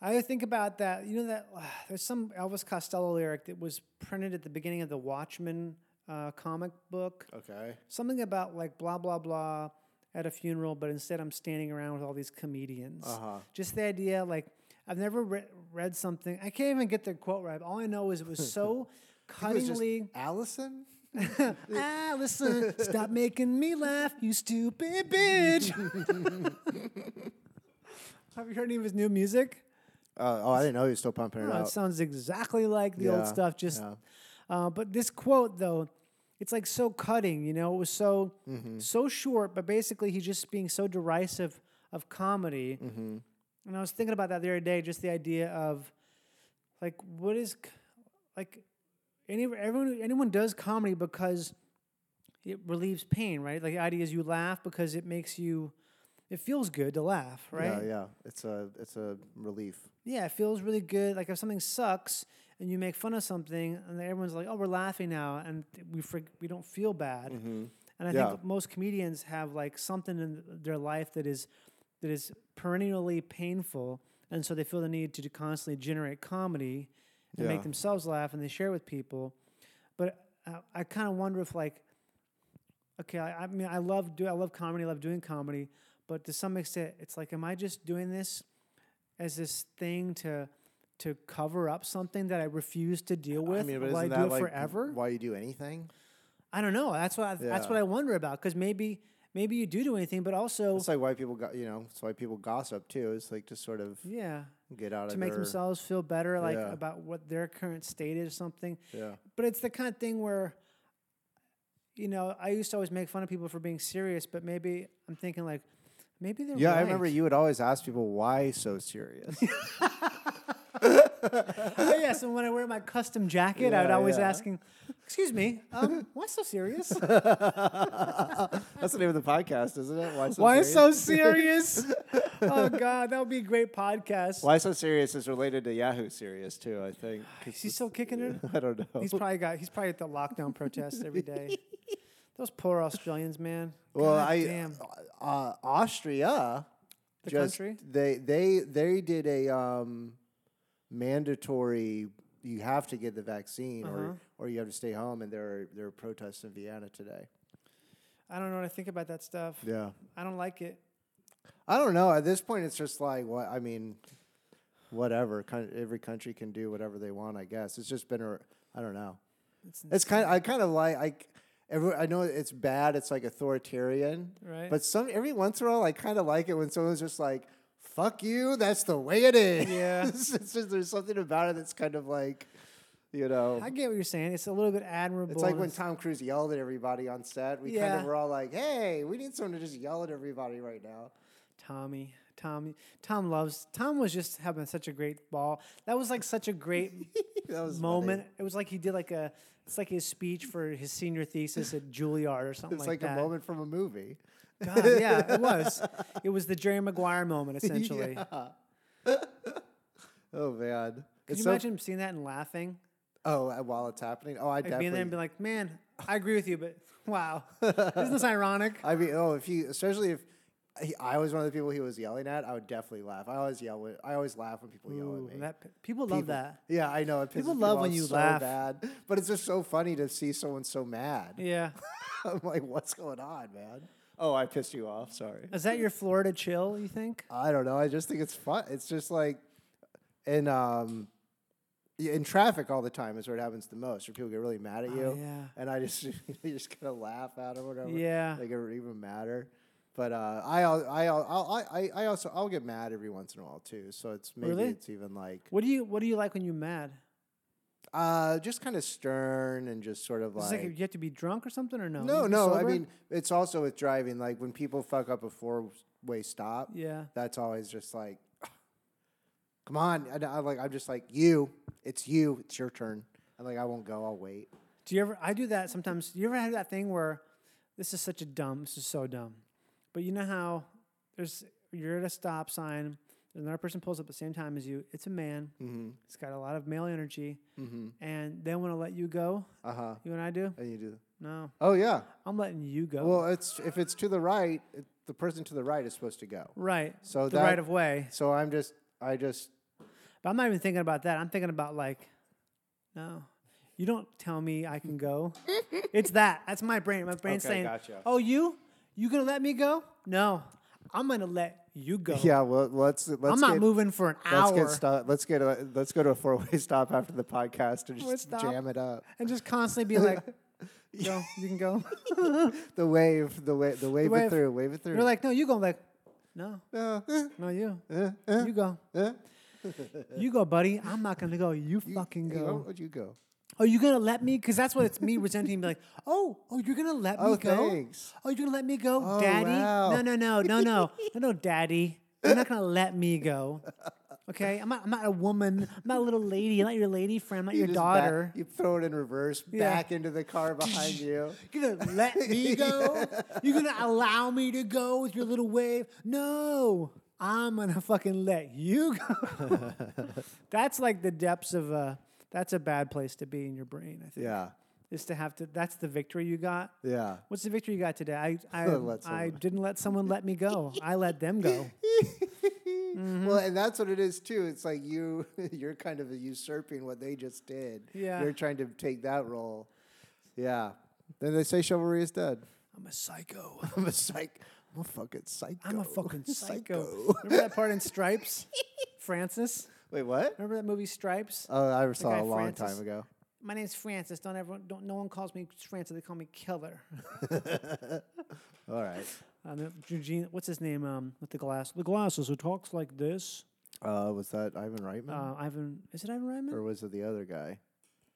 I think about that. You know that uh, there's some Elvis Costello lyric that was printed at the beginning of the Watchmen uh, comic book.
Okay.
Something about like blah blah blah at a funeral, but instead I'm standing around with all these comedians.
Uh-huh.
Just the idea, like I've never re- read something. I can't even get the quote right. but All I know is it was so
It was just
cuttingly.
Allison.
ah, listen, stop making me laugh, you stupid bitch. Have you heard any of his new music?
Uh, oh, I didn't know he was still pumping it
Oh, it
out.
sounds exactly like the
Yeah,
old stuff. Just,
yeah.
uh, but this quote though, it's like so cutting. You know, it was so
Mm-hmm.
so short, but basically he's just being so derisive of comedy.
Mm-hmm.
And I was thinking about that the other day, just the idea of like what is c- like any everyone anyone does comedy because it relieves pain, right? Like the idea is you laugh because it makes you. It feels good to laugh, right?
Yeah, yeah. It's a it's a relief.
Yeah, it feels really good. Like if something sucks and you make fun of something, and then everyone's like, "Oh, we're laughing now," and th- we for, we don't feel bad. And I
Mm-hmm. Yeah.
think most comedians have like something in their life that is that is perennially painful, and so they feel the need to do- constantly generate comedy and
Yeah.
make themselves laugh, and they share with people. But I, I kind of wonder if like okay, I, I mean, I love do I love comedy, I love doing comedy, but to some extent, it's like, am I just doing this as this thing to to cover up something that I refuse to deal with?
I mean, but
Will
isn't
I do
that
it
like
forever?
Why you do anything?
I don't know. That's what I, that's
Yeah.
what I wonder about because maybe maybe you do do anything, but also
It's like why people got you know. It's why people gossip too. It's like to sort of
yeah,
get out
to
of
make
their-
themselves feel better, like
Yeah.
about what their current state is, or something.
Yeah.
But it's the kind of thing where, you know, I used to always make fun of people for being serious, but maybe I'm thinking like, maybe they're
Yeah, I
right.
remember you would always ask people why so serious.
Oh, yes, and when I wear my custom jacket, I would
Yeah,
always
yeah.
asking, "Excuse me, um, why so serious?
That's the name of the podcast, isn't it? Why so
why
serious?
so serious? oh God, that would be a great podcast.
Why so serious is related to Yahoo serious too, I think. 'cause
Is he
it's-
still kicking it?
I don't know.
He's probably got. He's probably at the lockdown protests every day. Those poor Australians, man.
well,
God
I
damn.
uh, Austria
The
just
country?
they they they did a um, mandatory you have to get the vaccine
Uh-huh.
or or you have to stay home and there are there are protests in Vienna today.
I don't know what I think about that stuff.
Yeah.
I don't like it.
I don't know. At this point it's just like what I mean whatever. Kind every country can do whatever they want, I guess. It's just been a I don't know.
It's
It's kind. Of, I kind of like. I, every, I know it's bad. It's like authoritarian.
Right.
But some every once in a while, I kind of like it when someone's just like, "Fuck you." That's the way it is.
Yeah.
it's just, there's something about it that's kind of like, you know.
I get what you're saying. It's a little bit admirable.
it's like
and
when Tom Cruise yelled at everybody on set. We kind
Yeah.
of were all like, "Hey, we need someone to just yell at everybody right now."
Tommy. Tommy. Tom loves. Tom was just having such a great ball. That was like such a great
That was funny.
moment. It was like he did like a. It's like his speech for his senior thesis at Juilliard or something
It's like,
like, that.
a moment from a movie.
God, yeah, it was. It was the Jerry Maguire moment essentially.
Oh man.
Could
It's
you
so-
imagine him seeing that and laughing?
Oh, uh, while it's happening. Oh, I
Like
definitely.
being there and be like, "Man, I agree with you, but wow, isn't this ironic?"
I mean, oh, if he, especially if he, I was one of the people he was yelling at, I would definitely laugh. I always yell. When, I always laugh when people yell
Ooh,
at me.
that, people love
People-
that.
Yeah, I know. It pisses
People love
off
when you
so
laugh.
Bad, but it's just so funny to see someone so mad.
Yeah,
I'm like, what's going on, man? Oh, I pissed you off. Sorry.
is that your Florida chill? You think?
I don't know. I just think it's fun. It's just like, in um, y- in traffic all the time is where it happens the most, where people get really mad at you.
Oh, yeah.
And I just you just kind of laugh at them or whatever.
Yeah.
Like it don't even matter. But uh, I al- I al- I'll- I I I also I'll get mad every once in a while too. So it's maybe
Really?
it's even like
What do you What do you like when you're mad?
uh, just kind of stern and just sort of
It's
like.
like you have to be drunk or something or no? You
no,
can be
no. I
sober?
mean, it's also with driving. Like when people fuck up a four-way stop,
yeah.
that's always just like, come on. And I, like I'm just like you. It's you. It's your turn. I'm like, I won't go. I'll wait.
Do you ever? I do that sometimes. You ever have that thing where this is such a dumb, this is so dumb, but you know how there's you're at a stop sign, and another person pulls up at the same time as you. It's a man. Mm-hmm. It's got a lot of male energy,
Mm-hmm.
and they want to let you go.
Uh huh.
You and I do.
And you do.
No,
Oh yeah.
I'm letting you go.
Well, it's if it's to the right, it, the person to the right is supposed to go.
right.
so
the
that-
right of way.
So I'm just, I just,
But I'm not even thinking about that. I'm thinking about like, no, you don't tell me I can go. it's that. That's my brain. My brain's
Okay,
saying,
gotcha.
oh, you, you gonna let me go? No, I'm gonna let you go.
yeah. Well, let's. let's
I'm not
get,
moving for an
Let's
hour
get stu- Let's get. A, let's go to a four way stop after the podcast and just
stop.
jam it up.
and just constantly be like, go, you can go.
The wave, the wave, the wave,
wave.
it through, wave it through.
You're like, no, you go. I'm like, no,
Uh, eh,
no, you,
eh, eh,
you go,
eh.
you go, buddy. I'm not gonna go. You fucking
Hey, why
go.
would you go?
Are you gonna let me? Because that's what it's me resenting. Be like, oh, oh, you're gonna let
Oh,
me go.
thanks.
Oh, you're gonna let me go,
Oh,
Daddy?
wow.
No, no, no, no, no, no, no, Daddy. You're not gonna let me go. Okay, I'm not. I'm not a woman. I'm not a little lady. I'm not your lady friend. I'm not
You
your
just
daughter.
Back, you throw it in reverse,
Yeah.
back into the car behind you.
You're gonna let me go? You're gonna allow me to go with your little wave? No, I'm gonna fucking let you go. that's like the depths of a. That's a bad place to be in your brain. I think
Yeah,
is to have to. That's the victory you got.
yeah.
What's the victory you got today? I I,
Let
I
someone-
didn't let someone let me go. I let them go. Mm-hmm.
Well, and that's what it is too. It's like you, you're kind of usurping what they just did.
Yeah.
you're trying to take that role. Yeah. Then they say chivalry is dead.
I'm a psycho.
I'm a psych. I'm a fucking psycho.
I'm a fucking psycho. Remember that part in Stripes? Francis?
Wait, what?
Remember that movie Stripes?
Oh, I saw
guy
it a long
Francis.
time ago.
My name's Francis. Don't everyone don't no one calls me Francis, they call me Killer.
All right.
Um, that Eugene what's his name? Um with the glass the glasses who talks like this.
Uh, was that Ivan Reitman
Uh Ivan is it Ivan
or
Reitman?
was it the other guy?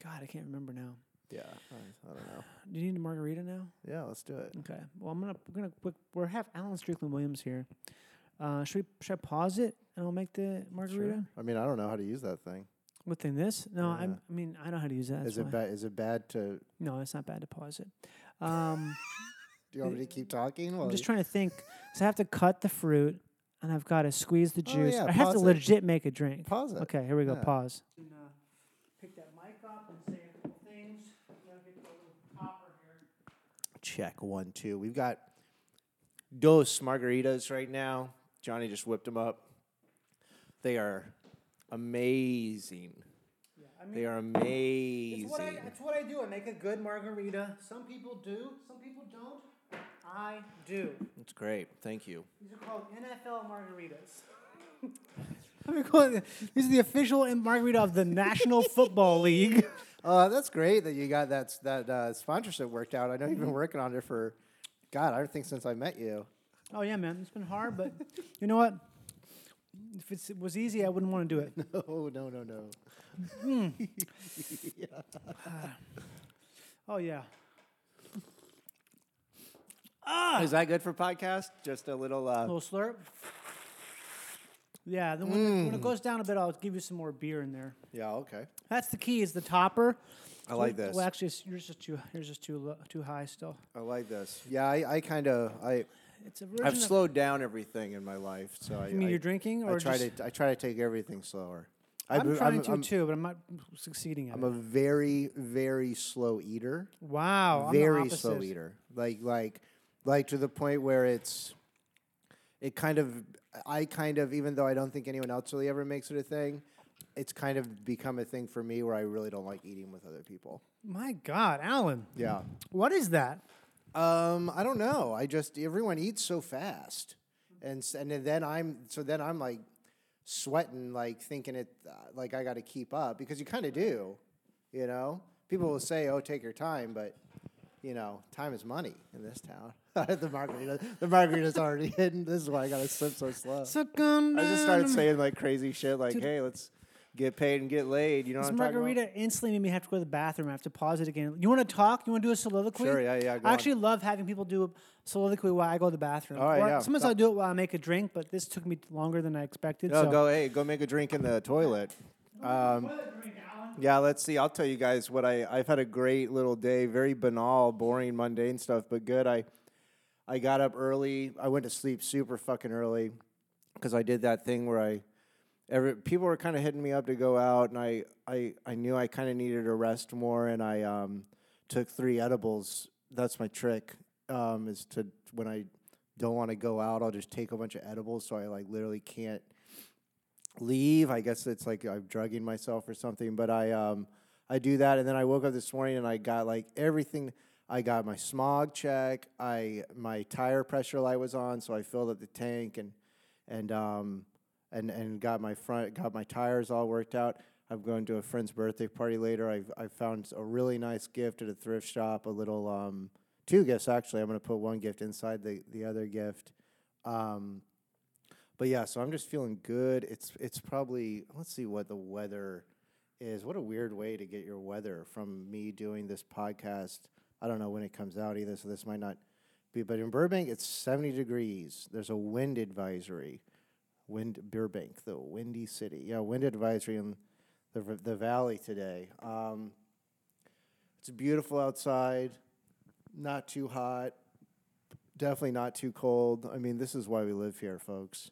God, I can't remember now.
Yeah, I, I don't know.
Do you need a margarita now?
Yeah, let's do it.
Okay. Well, I'm gonna we're gonna quick, we're have Alan Strickland Williams here. Uh, should we should I pause it and I'll make the margarita?
I mean, I don't know how to use that thing.
What thing? This? No, I'm, I mean I know how to use that. that's
Is it
why.
bad? Is it bad to?
No, it's not bad to pause it. Um,
Do you want me to keep talking? Well,
I'm just trying to think. So I have to cut the fruit and I've got to squeeze the
Oh,
juice.
yeah,
I have to
pause it.
legit make a drink.
Pause it.
Okay, here we go.
Yeah.
Pause. uh, Pick that mic up and say a couple things.
check one two. We've got dos margaritas right now. Johnny just whipped them up. They are amazing. they are amazing.
It's what, I, it's what I do. I make a good margarita. Some people do, some people don't. I do.
It's great. Thank you.
These are called NFL margaritas. I mean, call it- these are the official margarita of the National Football League.
Uh, that's great that you got that that uh, sponsorship worked out. I know you've
Mm-hmm.
been working on it for, God, I don't think since I met you.
Oh yeah, man, it's been hard, but you know what? If it's, it was easy, I wouldn't want to do it.
Oh no no no.
Oh yeah, Ah.
Is that good for podcast? Just a little. Uh,
little slurp. Yeah, then when, it, when it goes down a bit, I'll give you some more beer in there.
yeah. Okay.
That's the key is the topper.
I like this.
Well, actually, it's- yours is too yours is too low, too high still.
I like this. Yeah. I, I kind of I
It's a version
I've
of-
slowed down everything in my life. So I
You mean
I,
you're drinking,
I
or
try
just-
to I try to take everything slower. I
I'm
be-
trying
I'm,
to
I'm-
too, but I'm not succeeding at
I'm
it.
a very very slow eater.
wow, I'm the
very slow
opposite.
eater. Like like like to the point where it's it kind of I kind of even though I don't think anyone else really ever makes it a thing, it's kind of become a thing for me where I really don't like eating with other people.
My God, Alan,
Yeah.
what is that?
Um, I don't know. I just everyone eats so fast, and s- and then I'm so then I'm like sweating, like thinking it, uh, like I got to keep up because you kind of do, you know. People will say, "Oh, take your time," but you know, time is money in this town. the margarita, the margarita's already hidden. This is why I got to slip so slow.
So come
I just
down
started
to
saying like crazy shit, like, "Hey, let's get paid and get laid." You know what
This
I'm talking about?
margarita instantly made me have to go to the bathroom. I have to pause it again. You want to talk? You want to do a soliloquy?
Sure, yeah, yeah, go
I
on.
actually love having people do a soliloquy while I go to the bathroom.
All right,
Or
yeah.
Sometimes
Go-
I'll do it while I make a drink, but this took me longer than I expected.
No,
so.
go. Hey, go make a drink in the toilet. Um,
What a drink, Alan.
Yeah, let's see. I'll tell you guys what I I've had a great little day. Very banal, boring, mundane stuff, but good. I I got up early. I went to sleep super fucking early because I did that thing where I every people were kind of hitting me up to go out, and I I I knew I kind of needed to rest more, and I um took three edibles. That's my trick. Um, is to when I don't want to go out, I'll just take a bunch of edibles, so I like literally can't leave. I guess it's like I'm drugging myself or something. But I um I do that, and then I woke up this morning and I got like everything. I got my smog check. I my tire pressure light was on, so I filled up the tank and and um and and got my front got my tires all worked out. I'm going to a friend's birthday party later. I I found a really nice gift at a thrift shop. A little um two gifts actually. I'm going to put one gift inside the the other gift. Um, but yeah, so I'm just feeling good. It's it's probably let's see what the weather is. What a weird way to get your weather from me doing this podcast. I don't know when it comes out either, so this might not be. But in Burbank, it's 70 degrees. There's a wind advisory. Wind Burbank, the windy city. Yeah, wind advisory in the v- the valley today. Um, it's beautiful outside. Not too hot. Definitely not too cold. I mean, this is why we live here, folks.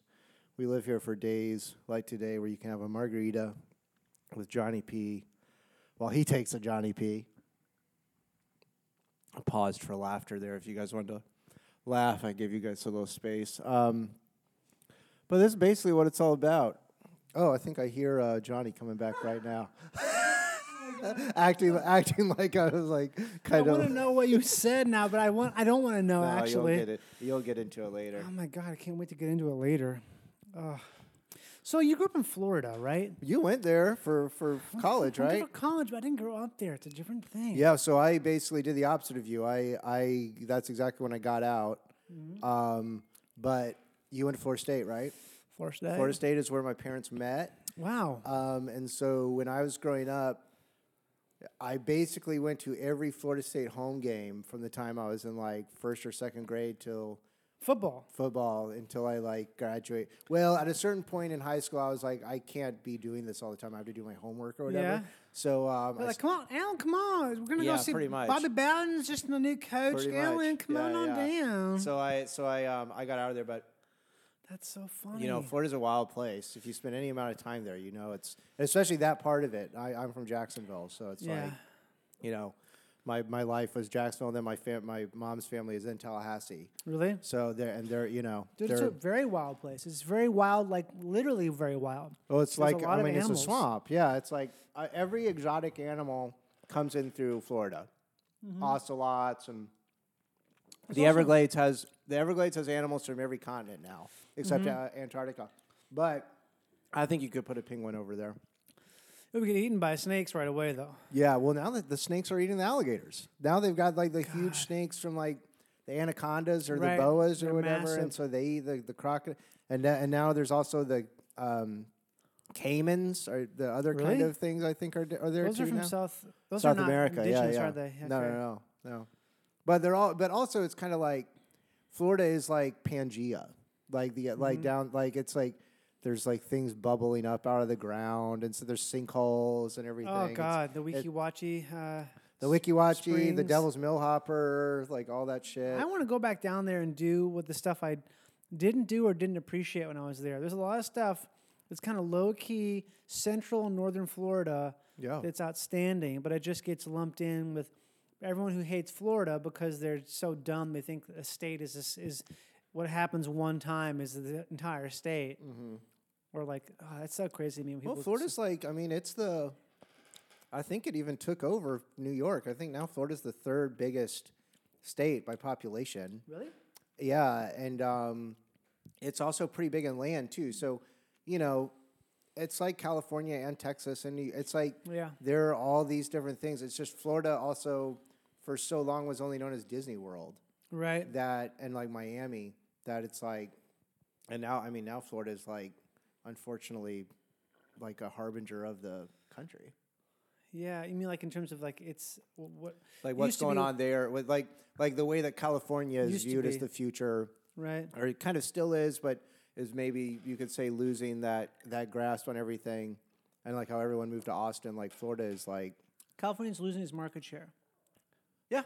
We live here for days like today where you can have a margarita with Johnny P while he takes a Johnny P. I paused for laughter there if you guys wanted to laugh. I gave you guys a little space. Um, but this is basically what it's all about. Oh, I think I hear uh, Johnny coming back right now. acting acting like I was like
I
kind
want to
of
know what you said now, but I want I don't want to know
No,
actually.
You'll get it. You'll get into it later.
Oh my god, I can't wait to get into it later. Ugh. So you grew up in Florida, right?
You went there for for college,
I went
right?
to college, but I didn't grow up there. It's a different thing.
Yeah, so I basically did the opposite of you. I, I that's exactly when I got out. Um, but you went to Florida State, right?
Florida.
Florida State is where my parents met.
Wow.
Um, and so when I was growing up, I basically went to every Florida State home game from the time I was in like first or second grade till
Football.
football until I like graduate. Well, at a certain point in high school, I was like, I can't be doing this all the time. I have to do my homework or whatever.
Yeah.
So um, I
They're like, come on, Alan, come on. We're gonna
Yeah,
go see
pretty much.
Bobby Bowden's just the new coach.
Pretty much.
Alan, come
Yeah,
on on
yeah.
down.
So I so I um, I got out of there, but
That's so funny.
you know Florida's a wild place. If you spend any amount of time there, you know it's especially that part of it. I, I'm from Jacksonville, so it's
yeah.
like you know my my life was Jacksonville. Then my fam- my mom's family is in Tallahassee,
really?
so they're and they're you know
Dude,
they're
it's a very wild place. It's very wild, like literally very wild.
well, it's
there's a
like
lot
I
of
mean it's
animals.
a swamp. Yeah, it's like uh, every exotic animal comes in through Florida,
Mm-hmm.
ocelots and. the Everglades has the Everglades has animals from every continent now, except
Mm-hmm.
uh, Antarctica. But I think you could put a penguin over there.
We get eaten by snakes right away, though.
Yeah. Well, now that the snakes are eating the alligators, now they've got like the huge snakes from like the anacondas or
Right,
the boas
they're
or whatever,
massive.
and so they eat the the crocodile. And tha- and now there's also the um, caimans or the other kind
Really?
of things. I think are d- are there
Those
too
are from
now?
South. Those
South
are not
America. Yeah,
indigenous,
yeah.
are they?
No, no,
Okay.
no, no. But they're all. But also, it's kind of like Florida is like Pangea, like the
Mm-hmm.
like down like it's like there's like things bubbling up out of the ground, and so there's sinkholes and everything.
Oh
It's-
God, the
it-
Wikiwachi. Uh,
the Wikiwachi, the
springs.
Devil's Mill Hopper, like all that shit.
I want to go back down there and do what the stuff I didn't do or didn't appreciate when I was there. There's a lot of stuff that's kind of low key, central and northern Florida.
Yeah.
that's outstanding, but it just gets lumped in with everyone who hates Florida because they're so dumb. They think a state is this, is what happens one time is the entire state. Or like, oh, that's so crazy to me. when
Mm-hmm. well,
people-
Florida's like I mean, it's the. I think it even took over New York. I think now Florida's the third biggest state by population.
really.
Yeah, and um, it's also pretty big in land too. So, you know, it's like California and Texas, and you- it's like
Yeah.
there are all these different things. It's just Florida also for so long was only known as Disney World
Right.
that and like Miami that it's like, and now I mean now Florida is like unfortunately like a harbinger of the country.
Yeah, you mean like in terms of like it's wh- what
Like
it
what's
used to
going
be-
on there with like like the way that California is
Used to
viewed as
be.
the future
right?
or it kind of still is, but is maybe you could say losing that that grasp on everything. and like how everyone moved to Austin, like Florida is like
California's losing its market share
yeah.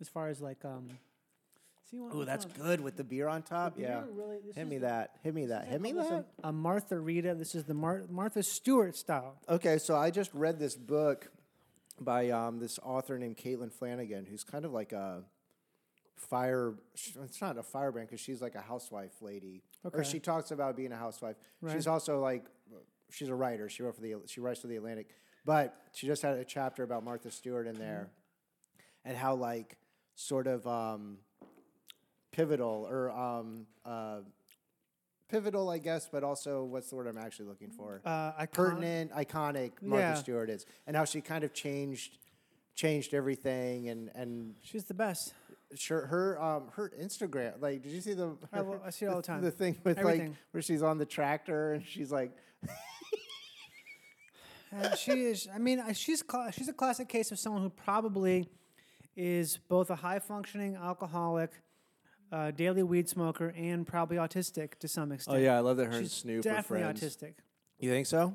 as far as like um. See what?
Ooh, that's good with the beer on top.
beer
yeah,
really- this
hit
is
me
the-
that. Hit me that. Hit me that.
A Uh, Martha Rita. This is the Mar- Martha Stewart style.
Okay, so I just read this book by um, this author named Caitlin Flanagan, who's kind of like a fire. sh- It's not a firebrand because she's like a housewife lady, or she talks about being a housewife. She's also like she's a writer. She wrote for the she writes for the Atlantic, but she just had a chapter about Martha Stewart in there, and how like sort of um, pivotal or um, uh, pivotal, I guess, but also what's the word I'm actually looking for?
Uh, icon-
pertinent, iconic Martha
Yeah.
Stewart is, and how she kind of changed changed everything, and and
She's the best.
sure her um her Instagram like did you see the
I will- I see it all the time.
the thing with like
Everything.
where she's on the tractor and she's like
And she is. I mean, I- she's cla- she's a classic case of someone who probably is both a high functioning alcoholic, uh, daily weed smoker, and probably autistic to some extent.
Oh, I love that her
she's definitely autistic.
You think so?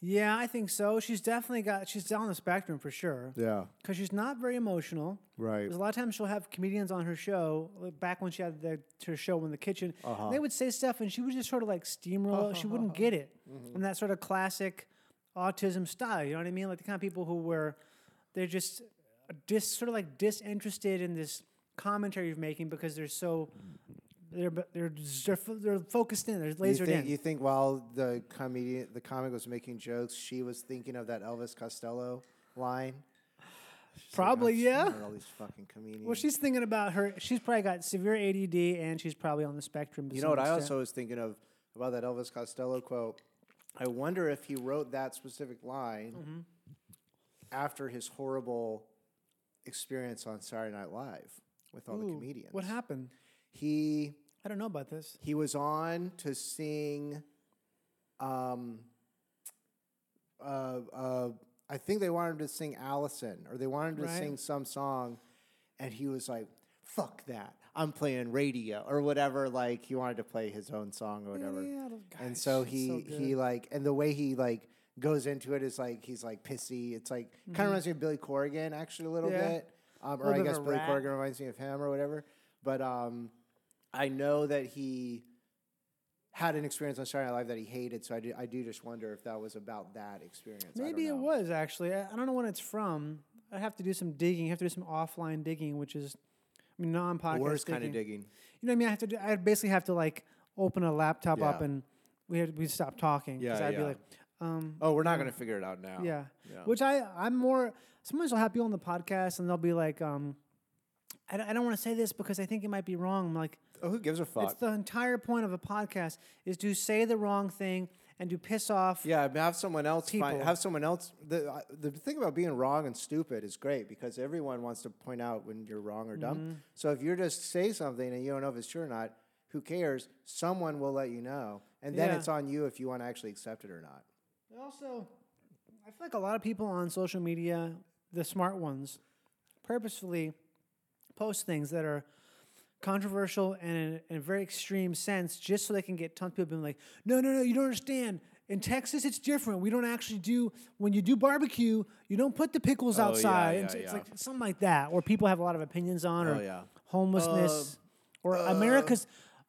Yeah, I think so. She's definitely got. She's down the spectrum for sure.
Yeah,
Because she's not very emotional.
Right.
There's a lot of times she'll have comedians on her show, like back when she had the, her show in the kitchen.
Uh-huh.
They would say stuff and she would just sort of like steamroll it. She wouldn't get it.
Mm-hmm.
And that sort of classic autism style. You know what I mean? Like the kind of people who were, they're just dis, sort of like disinterested in this commentary you're making because they're so, they're, they're, they're, fo- they're focused in, they're lasered
you think,
in.
You think while the comedian, the comic was making jokes, she was thinking of that Elvis Costello line? She's like,
Probably,
"I've
yeah.
seen All these fucking comedians.
well, she's thinking about her. She's probably got severe ADD, and she's probably on the spectrum. to
You
some
know what I
extent.
also was thinking of about that Elvis Costello quote. I wonder if he wrote that specific line
Mm-hmm.
after his horrible experience on Saturday Night Live with all the
Ooh,
comedians.
What happened?
He
I don't know about this.
he was on to sing. Um, uh, uh, I think they wanted him to sing Allison, or they wanted him to
Right.
sing some song, and he was like, "Fuck that! I'm playing radio or whatever." Like he wanted to play his own song or
Eh,
whatever, and so he he like, and the way he like goes into it is like he's like pissy. It's like kind of reminds me of Billy Corrigan actually a little
Mm-hmm. Yeah.
bit, um, or
Little
I
bit of
guess
a
Billy
rat.
Corrigan reminds me of him or whatever. But um, I know that he had an experience on Saturday Night Live that he hated, so I do, I do just wonder if that was about that experience. I don't
Maybe it
know.
was actually. I, I don't know when it's from. I have to do some digging. I have to do some offline digging, which is, I mean, non-podcast.
Worst kind of digging.
You know what I mean? I have to. Do, I basically have to like open a laptop up
Yeah.
and we had we stop talking because
Yeah,
I'd be
yeah.
like, um,
Oh, we're not going to figure it out now.
yeah.
Yeah.
Which I I'm more. Sometimes I'll have people on the podcast and they'll be like, um, I don't, I don't want to say this because I think it might be wrong. I'm like,
Oh, who gives a fuck?
It's the entire point of a podcast is to say the wrong thing and to piss off.
Yeah, I mean, have someone else. Find,
People.
have someone else. The I- the thing about being wrong and stupid is great because everyone wants to point out when you're wrong or
Mm-hmm.
dumb. So if you're just say something and you don't know if it's true or not, who cares? Someone will let you know, and then
Yeah.
it's on you if you want to actually accept it or not.
But Also, I feel like a lot of people on social media, the smart ones, purposefully post things that are controversial and in, in a very extreme sense just so they can get tons of people being like, no, no, no, you don't understand. In Texas, it's different. We don't actually do, when you do barbecue, you don't put the pickles
Oh, yeah,
outside.
yeah,
and so it's
yeah.
like something like that, or people have a lot of opinions on, or
Oh, yeah. Uh,
homelessness, or America's.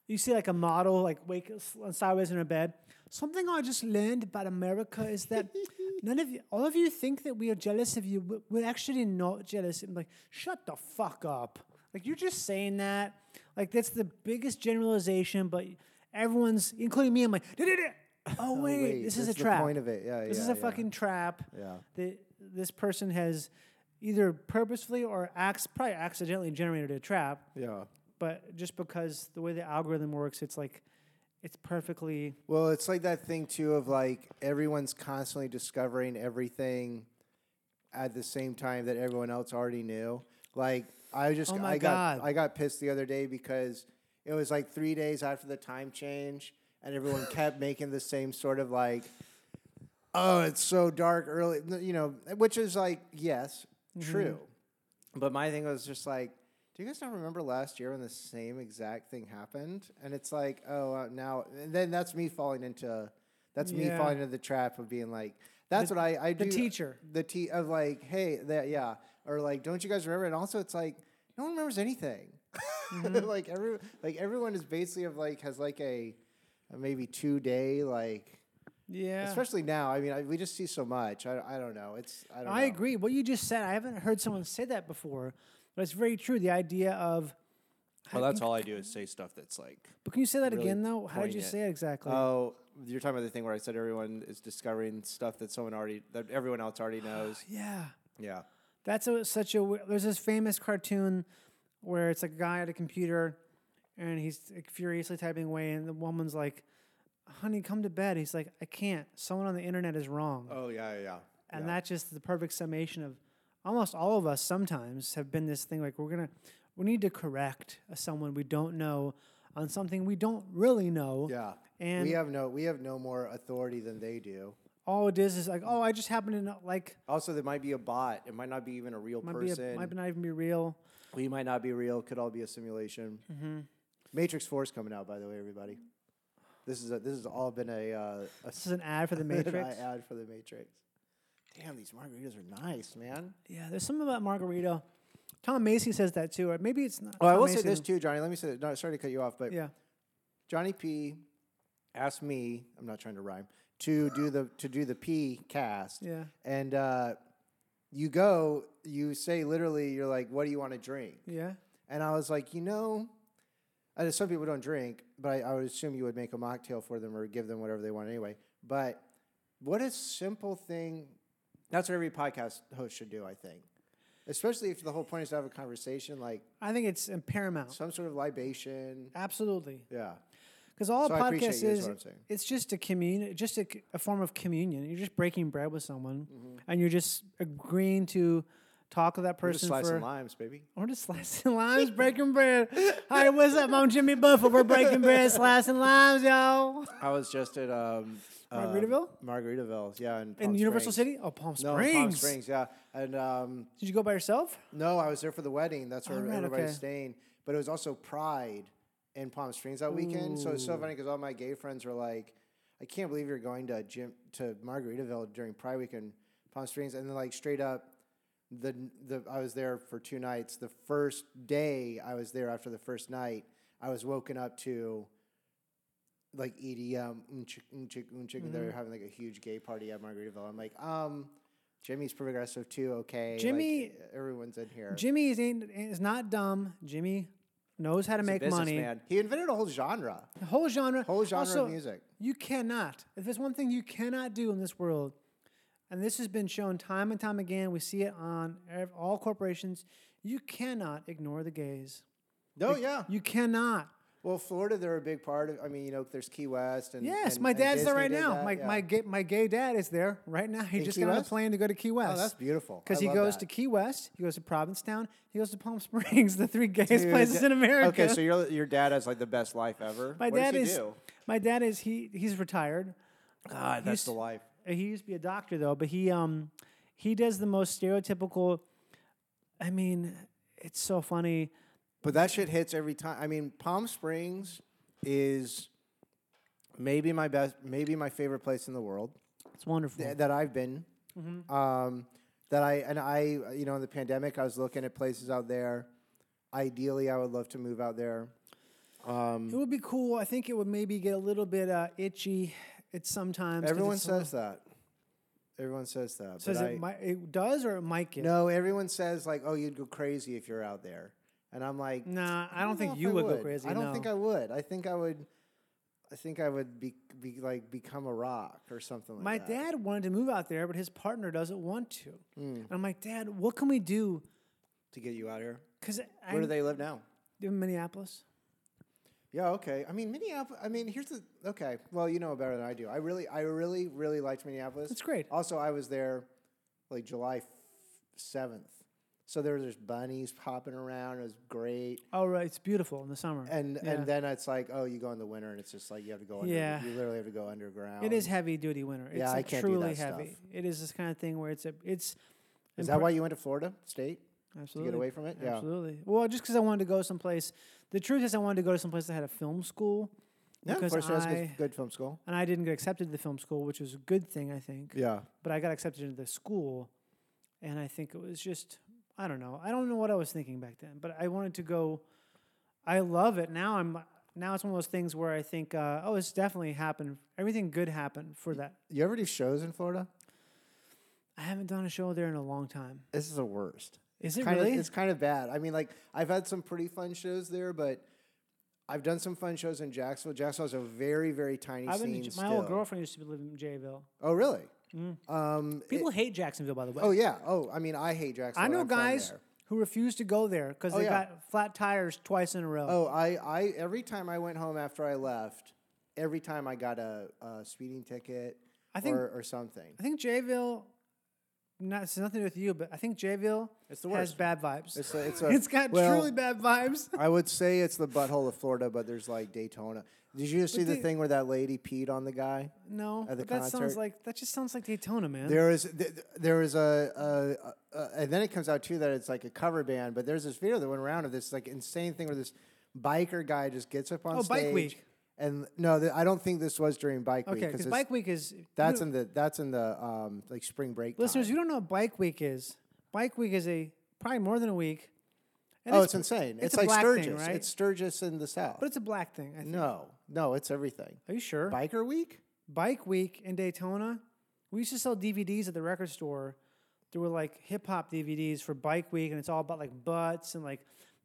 You see, like a model, like wake s- sideways in her bed. Something I just learned about America is that none of you, all of you think that we are jealous of you. but We're actually not jealous. I'm like, shut the fuck up. Like you're just saying that. Like that's the biggest generalization, but everyone's, including me, I'm like, "Da-da-da." oh wait,
wait,
this is a
that's the
trap.
point of it. Yeah,
this is
yeah,
a
yeah.
fucking trap.
Yeah.
That this person has either purposefully or acts probably accidentally generated a trap
Yeah.
but just because the way the algorithm works, it's like it's perfectly
Well, it's like that thing too of like everyone's constantly discovering everything at the same time that everyone else already knew. Like I just
Oh my
I got
God.
I got pissed the other day because it was like 3 days after the time change and everyone kept making the same sort of like oh, it's so dark early, you know, which is like yes,
Mm-hmm.
true. But my thing was just like, do you guys not remember last year when the same exact thing happened? And it's like, oh, uh, now, and then that's me falling into That's me
Yeah.
falling into the trap of being like, that's what I I do.
the teacher.
the te- of like, hey, that yeah, or like, don't you guys remember? And also, it's like no one remembers anything.
Mm-hmm.
like every like everyone is basically of like has like a, a maybe two day like.
Yeah.
Especially now, I mean, I, we just see so much. I, I don't know. It's I don't.
I
know.
agree. What you just said, I haven't heard someone say that before, but it's very true. The idea of,
Well, that's all I do is say stuff that's like.
but can you say that
Really
again though? How did you
poignant.
say it exactly?
Oh, you're talking about the thing where I said everyone is discovering stuff that someone already that everyone else already knows.
yeah.
yeah.
That's a, such a. w- There's this famous cartoon where it's a guy at a computer and he's like, furiously typing away, and the woman's like, honey, come to bed. He's like, I can't. Someone on the internet is wrong.
Oh yeah, yeah, yeah.
and that's just the perfect summation of almost all of us sometimes have been this thing like, we're going to, we need to correct someone we don't know on something we don't really know.
Yeah.
And
we have no we have no more authority than they do.
all it is is like, oh, I just happen to know, like,
Also, there might be a bot. It might not be even a real
might, be
person.
a, might not Mm-hmm. even be real.
we might not be real. Could all be a simulation. Matrix Four is coming out, by the way, everybody. This is a, this has all been a, uh, a
This is an ad for the Matrix.
ad for the Matrix. Damn, these margaritas are nice, man.
Yeah, there's something about margarita. Tom Macy says that too, or maybe it's not.
Oh, I
Tom
will
Macy
say this
then-
too, Johnny. Let me say. No, sorry to cut you off, but
Yeah,
Johnny P asked me, I'm not trying to rhyme, to do the to do the P cast.
Yeah.
And uh, you go, you say literally, you're like, what do you want to drink?
yeah.
And I was like, you know, I know some people don't drink, but I, I would assume you would make a mocktail for them or give them whatever they want anyway. But what a simple thing. That's what every podcast host should do, I think. Especially if the whole point is to have a conversation, like
I think it's uh, paramount.
some sort of libation.
Absolutely,
Yeah.
because all
So
a
I appreciate
podcast
you is
is
what I'm saying.
it's just a commun, just a, c- a form of communion. You're just breaking bread with someone, and you're just agreeing to talk with that
Mm-hmm. We're just
person
slicing
for.
limes, baby.
We're just slicing limes, breaking bread. Hi, what's up? I'm Jimmy Buffett. We're breaking bread, slicing limes, y'all.
I was just at um, um,
Margaritaville?
Margaritaville, yeah, in,
In
Palm
Universal
Springs.
City? Oh, Palm
No,
Springs.
in Palm Springs, yeah. And um,
Did you go by yourself?
no, I was there for the wedding. That's where
Oh, right,
everybody's
okay.
staying. But it was also Pride in Palm Springs that weekend. So it's so funny because all my gay friends were like, "I can't believe you're going to Jim to Margaritaville during Pride weekend, Palm Springs," and then like straight up. The, the I was there for two nights. The first day I was there after the first night, I was woken up to like E EDM, unchik, unchik, unchik, and they
Mm-hmm.
were having like a huge gay party at Margaritaville. I'm like, um, Jimmy's progressive too, okay. like,
Jimmy-
everyone's in here.
Jimmy is ain't, is not dumb. Jimmy knows how to make money.
Man. He invented a whole genre,
The whole genre,
whole genre
Also,
of music.
You cannot. If there's one thing you cannot do in this world, and this has been shown time and time again, we see it on ev- all corporations. You cannot ignore the gays.
Oh yeah.
You cannot.
Well, Florida, they're a big part of. I mean, you know, there's Key West and
Yes,
and-
my
and
dad's there
Disney
right
did
now.
that,
my
yeah.
my gay, my gay dad is there right now. He
In
just
Key
got on a
West? Oh,
plane to go to Key West.
that's beautiful.
Because
I
he
love
goes
that.
to Key West, he goes to Provincetown, he goes to Palm Springs, the three gayest
Dude,
places in
that-
America.
Okay, so your your dad has like the best life ever.
My
What does
dad
he
is
do?
my dad is he he's retired.
God, that's the life.
Uh, He used to be a doctor though, but he um he does the most stereotypical. I mean, it's so funny.
But that shit hits every time. I mean, Palm Springs is maybe my best, maybe my favorite place in the world
It's wonderful.
th- eh, that I've been.
Mm-hmm.
Um, that I and I, you know, in the pandemic, I was looking at places out there. Ideally, I would love to move out there.
it would be cool. I think it would maybe get a little bit uh, itchy. It's sometimes 'cause
Everyone
it's so-
says that. Everyone says that.
says
but
it
I-
might it does or it might get.
no, everyone says like, "Oh, you'd go crazy if you're out there," and I'm like,
Nah, I don't
know
think
if
you
I
would, go crazy.
I don't think
no.
I would. I think I would. I think I would be, be like become a rock or something like
My
that.
dad wanted to move out there, but his partner doesn't want to.
Hmm.
And I'm like, Dad, what can we do?
to get you out here.
Because
Where do they live now?
in Minneapolis?
Yeah, okay. I mean Minneapolis. I mean, here's the okay. Well, you know better than I do. I really, I really, really liked Minneapolis.
That's great.
Also, I was there like July seventh, so there was just bunnies popping around. It was great.
Oh, right, it's beautiful in the summer.
And
Yeah.
and then it's like, oh, you go in the winter, and it's just like you have to go. Under,
Yeah.
you literally have to go underground.
It is heavy duty winter. It's
Um, Yeah, I
like
can't do
truly
that
heavy.
stuff.
It is this kind of thing where it's a it's
Is that why you went to Florida State?
absolutely
away from it? Yeah.
Absolutely. Well, just because I wanted to go someplace. The truth is, I wanted to go to someplace that had a film school
Yeah,
because
Forest Rose
I
is good film school.
and I didn't get accepted to the film school, which was a good thing, I think.
Yeah.
But I got accepted into the school, and I think it was just I don't know. I don't know what I was thinking back then, but I wanted to go. I love it now. I'm now it's one of those things where I think, uh, oh, it's definitely happened. Everything good happened for that.
You ever do shows in Florida?
I haven't done a show there in a long time.
This is the worst.
Is it
kind
really?
Of, it's kind of bad. I mean, like I've had some pretty fun shows there, but I've done some fun shows in Jacksonville. Jacksonville's a very, very tiny
I've been to,
scene.
J- my old
still.
girlfriend used to live in Jayville.
Oh, really? Um, it-
People hate Jacksonville, by the way.
oh yeah. Oh, I mean, I hate Jacksonville.
I know
I'm from
guys
there.
who refuse to go there because
Oh,
they
yeah.
got flat tires twice in a row.
Oh, I, I every time I went home after I left, every time I got a, a speeding ticket
I think-
or, or something.
I think Jayville. Not, it's nothing to do with you, but I think Jayville
It's the
has
worst.
bad vibes.
It's a- it's a-
it's got
well-
truly bad vibes.
I would say it's the butthole of Florida, but there's like Daytona. Did you see the
the-
thing where that lady peed on the guy?
No,
At the
but that sounds
concert-
like that just sounds like Daytona, man.
There is th- th- there is a, a, a and then it comes out too that it's like a cover band, but there's this video that went around of this like insane thing where this biker guy just gets up on
Oh, Bike
stage.
Week.
And no, th- I don't think this was during Bike Week
okay, because
it's-
Bike Week is
that's
you-
in the that's in the um like spring break.
listeners.
time.
You don't know what Bike Week is. Bike Week is a probably more than a week. and
oh, it's, insane. It's,
a
like
black thing,
Sturgis.
right?
It's Sturgis in the South.
but it's a black thing. I think.
no, no, it's everything.
Are you sure?
Biker Week.
Bike Week in Daytona, we used to sell DVDs at the record store. There were like hip hop DVDs for Bike Week, and it's all about like butts and like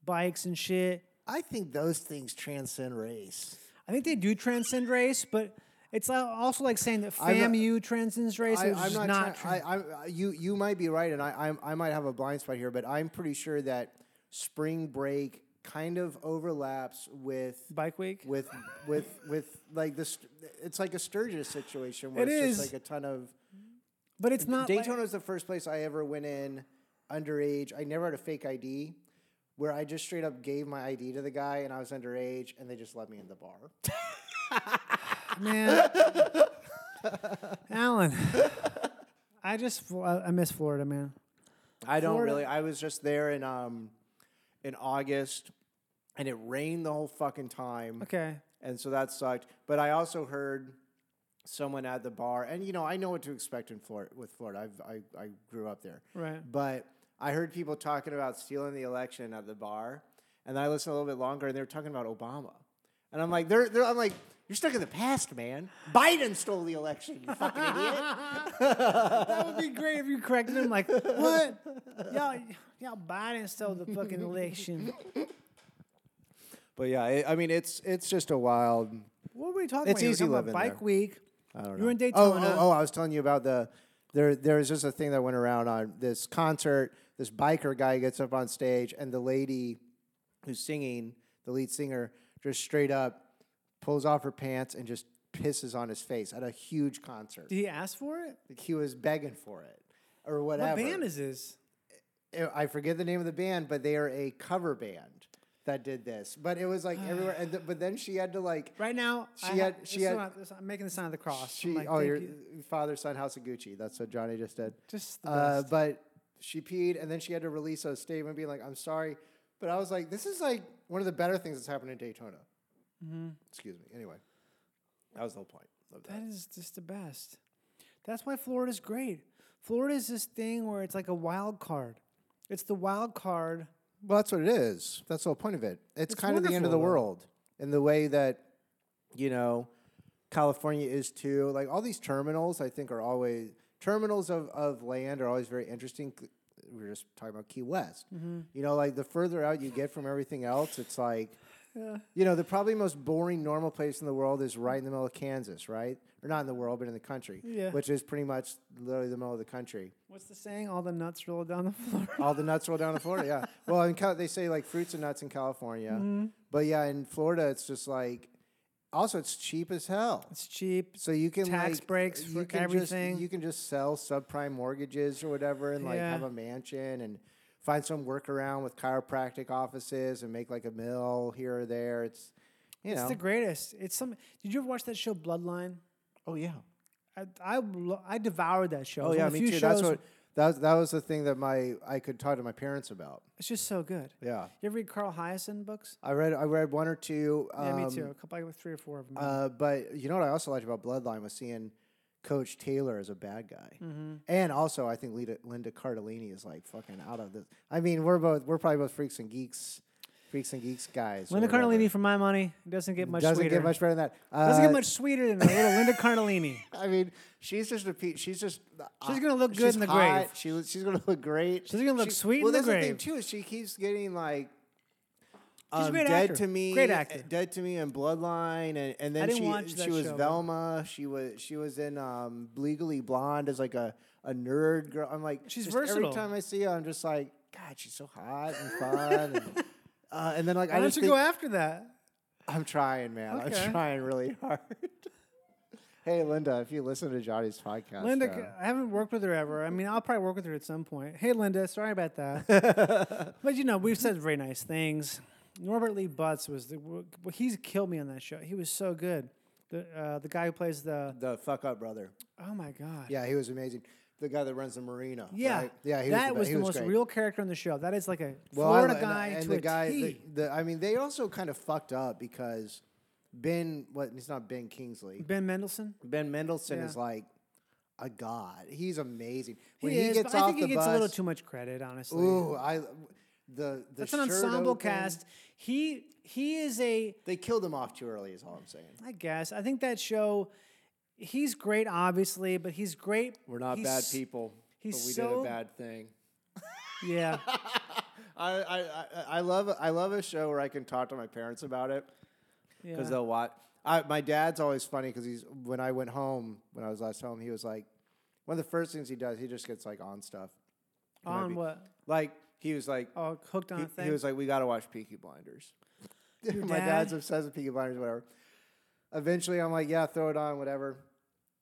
bikes and shit.
I think those things transcend race.
I think they do transcend race, but it's al- also like saying that
I'm not-
FAMU transcends race.
I,
which
I'm
is
not.
not.
try-
tran-
I, I, I- you you might be right, and I I'm, I might have a blind spot here, but I'm pretty sure that spring break kind of overlaps with
Bike Week.
with with with like this. It's like a Sturgis situation where
It
it's
is.
just like a ton of.
but it's not. like-
Daytona was the first place I ever went in underage. I never had a fake ID. Where I just straight up gave my ID to the guy and I was underage and they just let me in the bar.
man. Alan, I just fl- I I miss Florida, man.
I don't
Florida-
really. I was just there in um in August, and it rained the whole fucking time.
Okay,
and so that sucked. But I also heard someone at the bar, and you know I know what to expect in Florida with Florida. I've, I I grew up there,
Right.
But I heard people talking about stealing the election at the bar, and I listened a little bit longer, and they were talking about Obama, and I'm like, they're, they're I'm like. You're stuck in the past, man. Biden stole the election, you fucking idiot.
that would be great if you corrected him. Like what? Y'all, y'all Biden stole the fucking election.
But yeah, I I mean, it's it's just a wild,
What were we talking
It's
about? You were
easy
talking about
living
Bike
there.
Week. You were in
Oh,
Daytona.
oh, oh, I was telling you about the there. There was just a thing that went around on this concert. This biker guy gets up on stage, and the lady who's singing, the lead singer, just straight up pulls off her pants and just pisses on his face at a huge concert.
Did he ask for it?
Like he was begging for it or
What
whatever. Eh,
band is this?
I forget the name of the band, but they are a cover band that did this. But it was like everywhere. And th- but then she had to like
Right now,
She
I
had-
ha-
she
this is
had-
what I- this- I'm making the sign of the cross.
She,
I'm like,
oh,
thank
your
you.
father, son, house of Gucci. That's what Johnny just did.
Just the
Uh,
best.
but she peed, and then she had to release a statement being like, "I'm sorry," but I was like, "This is like one of the better things that's happened in Daytona."
Mm-hmm.
Excuse me. Anyway, that was the whole point. of that.
That is just the best. That's why Florida's great. Florida is this thing where it's like a wild card. It's the wild card.
Well, that's what it is. That's the whole point of it. It's, kind of the end
wonderful,
of the
though.
world in the way that you know California is too. Like all these terminals, I think are always terminals of, of land are always very interesting. C- We were just talking about Key West.
Mm-hmm.
You know, like the further out you get from everything else, it's like. You know, the probably most boring normal place in the world is right in the middle of Kansas, right? Or not in the world, but in the country,
Yeah.
which is pretty much literally the middle of the country.
What's the saying? All the nuts roll down the floor.
All the nuts roll down to Florida. Yeah. Well, in Cal- they say like fruits and nuts in California,
Mm-hmm.
but yeah, in Florida it's just like. Also, it's cheap as hell.
It's cheap.
So you can
Tax
like,
breaks
you
for
can just-
everything.
you can just sell subprime mortgages or whatever, and like
Yeah.
have a mansion and find some workaround with chiropractic offices and make like a mill here or there. It's you
It's
know.
the greatest. It's some. Did you ever watch that show Bloodline?
oh yeah.
I I, lo- I devoured that show. It
Oh
was one
yeah.
of the
Me
few
too. That's
shows-
what That was that was the thing that my I could talk to my parents about.
It's just so good.
Yeah,
You ever read Carl Hyacin books?
I read I read one or two. Um,
Yeah, me too. A couple, like three or four of them.
Uh, but you know what I also liked about Bloodline was seeing Coach Taylor as a bad guy,
Mm-hmm.
and also I think Linda, Linda Cardellini is like fucking out of this. I mean, we're both we're probably both freaks and geeks, freaks and geeks guys. or
Linda
whatever.
Cardellini, for my money, doesn't get much
doesn't
sweeter.
get much better than that. Uh,
doesn't get much sweeter than a little Linda Cardellini.
I mean, she's just a pe- she's just uh,
She's gonna look good
she's
in the
hot,
grave.
She, she's gonna look great.
She's gonna look
She-
sweet in
Well,
the
that's the thing
grave.
too. Is she keeps getting like.
She's a
um,
great
dead
actor.
to me, uh,
Great actor.
Dead to me in Bloodline, and, and then
didn't
she
watch that
she was
show, but-
Velma. She was she was in um, Legally Blonde as like a, a nerd girl. I'm like
She's
just
versatile.
Every time I see her, I'm just like, God, she's so hot and fun. and, uh, and then like
Why
I
don't
just
you
think,
go after that?
I'm trying, man.
Okay.
I'm trying really hard. hey, Linda, if you listen to Johnny's podcast,
Linda,
though,
I haven't worked with her ever. I mean, I'll probably work with her at some point. Hey, Linda, sorry about that. but you know, we've said very nice things. Norbert Lee Butz was the well, he's killed me on that show. He was so good. The uh, the guy who plays the
the fuck up brother.
oh my god
Yeah, he was amazing. The guy that runs the marina.
yeah
right? yeah. He
that
was,
was
the, be- he
the most
great.
real character on the show. That is like a
Well, I
Florida
li-
guy
and
to
the
a
guy.
T.
The, the- I mean, they also kind of fucked up because Ben. What? It's not Ben Kingsley.
ben Mendelsohn.
Ben Mendelsohn is
Yeah.
like a god. He's amazing. When
he,
he,
is,
gets
but
off
I think
the
he gets
bus,
a little too much credit, honestly.
Ooh, I. The, the
That's an
shirt
ensemble
open-
cast. He he is a
They killed him off too early. Is all I'm saying.
I guess. I think that show, he's great, obviously, but he's great.
We're not
he's-
bad people,
he's
but we did
so-
a bad thing.
Yeah.
I, I, I, I love I love a show where I can talk to my parents about it because
yeah.
they'll watch. I, my dad's always funny because he's when I went home when I was last home he was like one of the first things he does he just gets like on stuff might
on
be-
what?
like he was like
Oh, hooked on
he,
a thing.
he was like we got to watch Peaky Blinders. my
dad?
dad's obsessed with Peaky Blinders whatever. Eventually I'm like yeah throw it on whatever,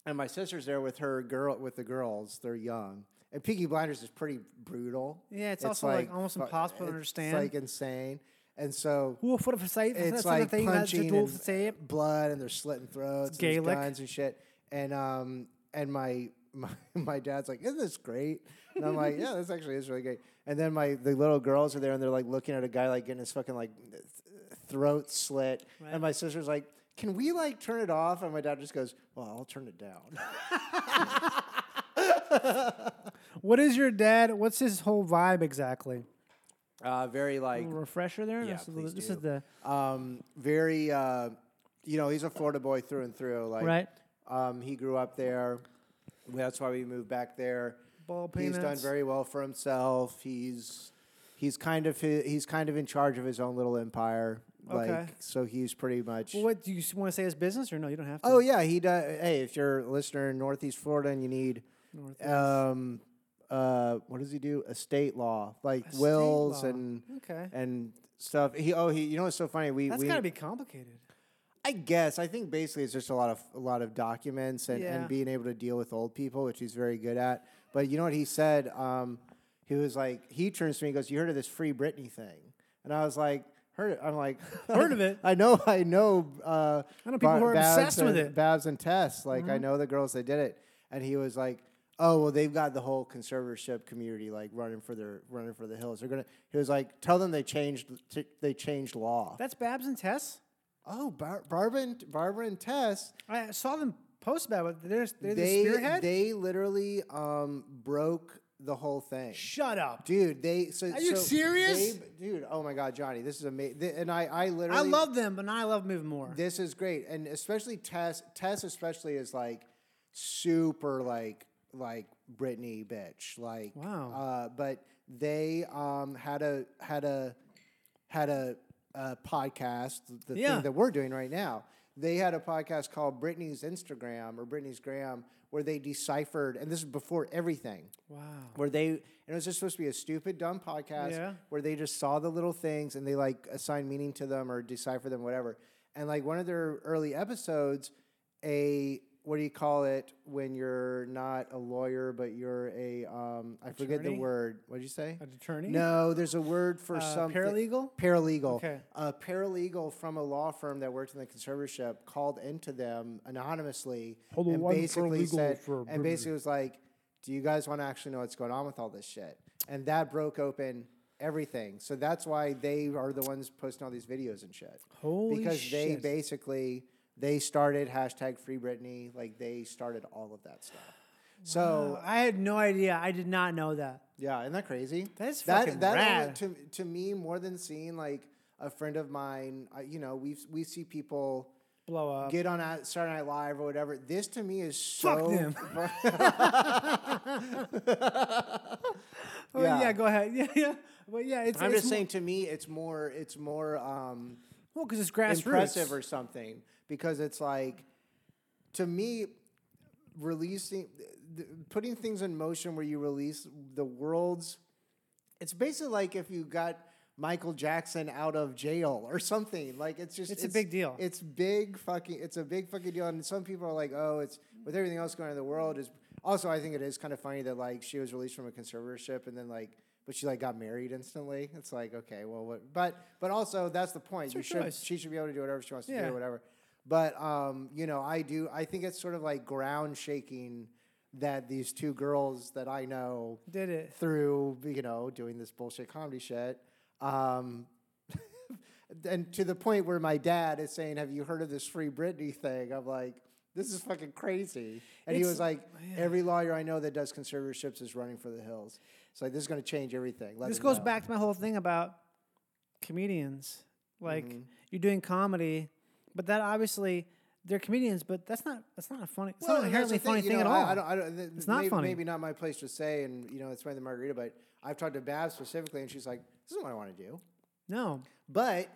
and my sister's there with her girl with the girls they're young and Peaky Blinders is pretty brutal.
Yeah, it's also, like, almost
fu-
impossible to
it's,
understand.
like insane. And so
Wolf, what if I say
it's
that's
like
the thing that's the
punching
wolf
and
say it?
blood and they're slitting throats and there's
Gaelic.
guns and shit and um and my my, my dad's like isn't this great and i'm like yeah this actually is really great and then my the little girls are there and they're like looking at a guy like getting his fucking like th- throat slit and my sister's like can we like turn it off and my dad just goes well i'll turn it down
What is your dad? What's his whole vibe exactly?
uh very
A
like
little refresher there.
Yeah,
this is, the,
please
this
do.
is the
um very uh you know he's a florida boy through and through like
right.
Um, he grew up there. That's why we moved back there.
Ball
He's done
peanuts.
very well for himself. He's he's kind of hi- he's kind of in charge of his own little empire. Like
Okay.
so, he's pretty much.
What do you want to say? His business or no? You don't have to.
Oh yeah, he does. Hey, if you're a listener in Northeast Florida and you need,
Northeast.
um, uh, what does he do? Estate law, like
Estate
wills
law.
and
Okay.
and stuff. He oh he you know what's so funny? We
That's
we
got to be complicated.
I guess I think basically it's just a lot of a lot of documents and,
Yeah.
and being able to deal with old people, which he's very good at. But you know what he said? Um, he was like, he turns to me, and goes, "You heard of this free Britney thing?" And I was like, "Heard it?" I'm like,
Heard of it.
I know, I know. Uh,
I know people
Ba-
who are
Babs
obsessed with
and-
it. Mm-hmm.
Babs and Tess. Like I know the girls that did it." And he was like, "Oh well, they've got the whole conservatorship community like running for their running for the hills. They're gonna." He was like, "Tell them they changed t- they changed law."
That's Babs and Tess.
Oh, Bar- Barbara and Barbara and Tess.
I saw them post about it. They're, they're
They
the spearhead.
they literally um broke the whole thing.
Shut up.
Dude, they so
Are you
so
serious?
they- dude, oh my god, Johnny, this is amazing. And I I literally
I love them, but now I love them even more.
this is great. And especially Tess Tess especially is like super like like Britney bitch. Like
Wow.
uh but they um had a had a had a, a podcast, the
Yeah.
thing that we're doing right now. They had a podcast called Britney's Instagram or Britney's Gram where they deciphered, and this is before everything,
wow.
where they, and it was just supposed to be a stupid, dumb podcast
Yeah.
where they just saw the little things and they like assign meaning to them or decipher them, whatever. And like one of their early episodes, a, what do you call it when you're not a lawyer, but you're a, um, I forget the
Attorney?
word. What did you say?
An attorney?
No, there's a word for
Uh,
something.
paralegal?
Paralegal.
Okay.
A paralegal from a law firm that worked in the conservatorship called into them anonymously
Hello,
and
I'm
basically
paralegal
said,
for
and basically was like, do you guys want to actually know what's going on with all this shit? And that broke open everything. So that's why they are the ones posting all these videos and shit.
Holy
because they
shit.
basically they started hashtag Free Britney. Like they started all of that stuff. So
Oh, I had no idea. I did not know that.
yeah, isn't that crazy?
That's
that,
fucking
that only-
rad.
to to me more than seeing like a friend of mine. I, you know, we we see people
Blow up.
get on at Saturday Night Live or whatever. This to me is so.
Fuck them. Oh, yeah.
yeah.
go ahead. Yeah, yeah. But yeah, it's.
I'm
it's
just
mo-
saying. To me, it's more. It's more um,
Well, because it's grassroots.
impressive or something because it's like, to me, releasing, th- th- putting things in motion where you release the world's. It's basically like if you got Michael Jackson out of jail or something. Like it's just
It's a big deal.
It's big fucking. It's a big fucking deal. And some people are like, oh, it's with everything else going on in the world. Is also I think it is kind of funny that like she was released from a conservatorship and then like. But she like got married instantly. It's like okay, well, what, but but also that's the point. You
her
should,
choice.
she should be able to do whatever she wants to do
Yeah.
or whatever. But um, you know, I do. I think it's sort of like ground shaking that these two girls that I know
Did it.
through you know doing this bullshit comedy shit. Um, and to the point where my dad is saying, "Have you heard of this free Britney thing?" I'm like, "This is fucking crazy." And he
It's-
was like, "Every lawyer I know that does conservatorships is running for the hills." It's like this is going to change everything. Let
This
them
goes
know."
back to my whole thing about comedians. Like
Mm-hmm.
you're doing comedy, but that obviously they're comedians, but that's not that's not a funny. It's not an
and that's the
inherently funny
you
thing at
know,
all.
I, I don't, I don't, it's
not
maybe,
funny.
Maybe not my place to say, and you know, it's why the margarita. But I've talked to Bab specifically, and she's like, "This is what I want to do."
no,
But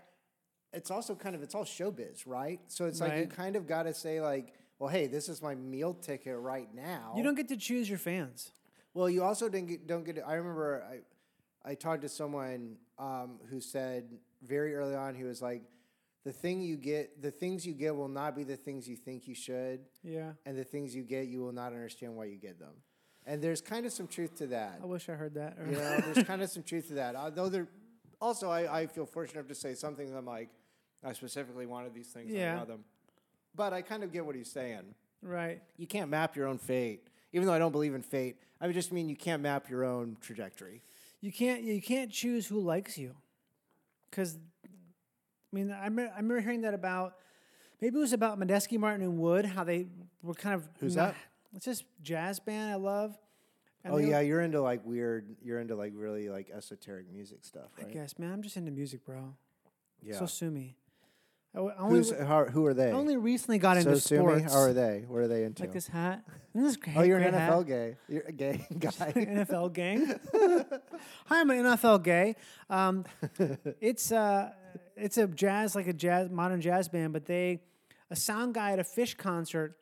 it's also kind of it's all showbiz, right? So it's like you
Right.
kind of got to say like, "Well, hey, this is my meal ticket right now."
you don't get to choose your fans.
Well, you also didn't get, don't get. I remember I, I talked to someone um, who said very early on he was like, "The thing you get, the things you get will not be the things you think you should."
Yeah,
and the things you get, you will not understand why you get them. And there's kind of some truth to that.
I wish I heard that.
You know, there's kind of some truth to that. Although there, also I, I feel fortunate enough to say something that I'm like, I specifically wanted these things,
Yeah.
I got them. But I kind of get what he's saying.
right.
You can't map your own fate, even though I don't believe in fate. I would just mean you can't map your own trajectory.
You can't you can't choose who likes you, because I mean I remember, I remember hearing that about maybe it was about Medeski Martin and Wood how they were kind of
Who's
not-
that?
It's this jazz band I love. And
oh
they were-
yeah, you're into like weird. You're into like really like esoteric music stuff,
I
right?
guess man, I'm just into music, bro.
Yeah.
So sue me. I, w- I only,
Who's, how, who are they?
I only recently got
so
into
Sumi,
sports.
how are they? What are they into?
Like this hat. Isn't this great?
Oh, you're an
great
NFL
hat?
gay. You're a gay guy.
NFL gang. Hi, I'm an NFL gay. Um, it's uh, it's a jazz like a jazz modern jazz band, but they a sound guy at a fish concert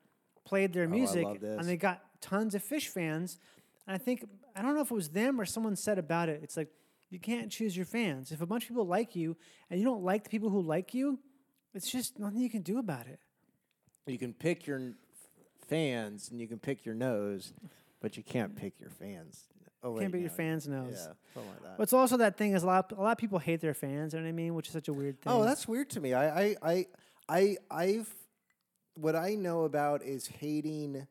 played their music
Oh, love this.
and they got tons of fish fans. And I think I don't know if it was them or someone said about it. It's like you can't choose your fans. If a bunch of people like you and you don't like the people who like you, it's just nothing you can do about it.
you can pick your n- fans and you can pick your nose, but you can't pick your fans. Oh,
Can't
wait,
beat your
no.
fans'
Yeah,
nose.
something like that.
What's also that thing is a lot. A lot of people hate their fans. You know what I mean? Which is such a weird thing.
oh, that's weird to me. I, I, I, I, I've what I know about is hating.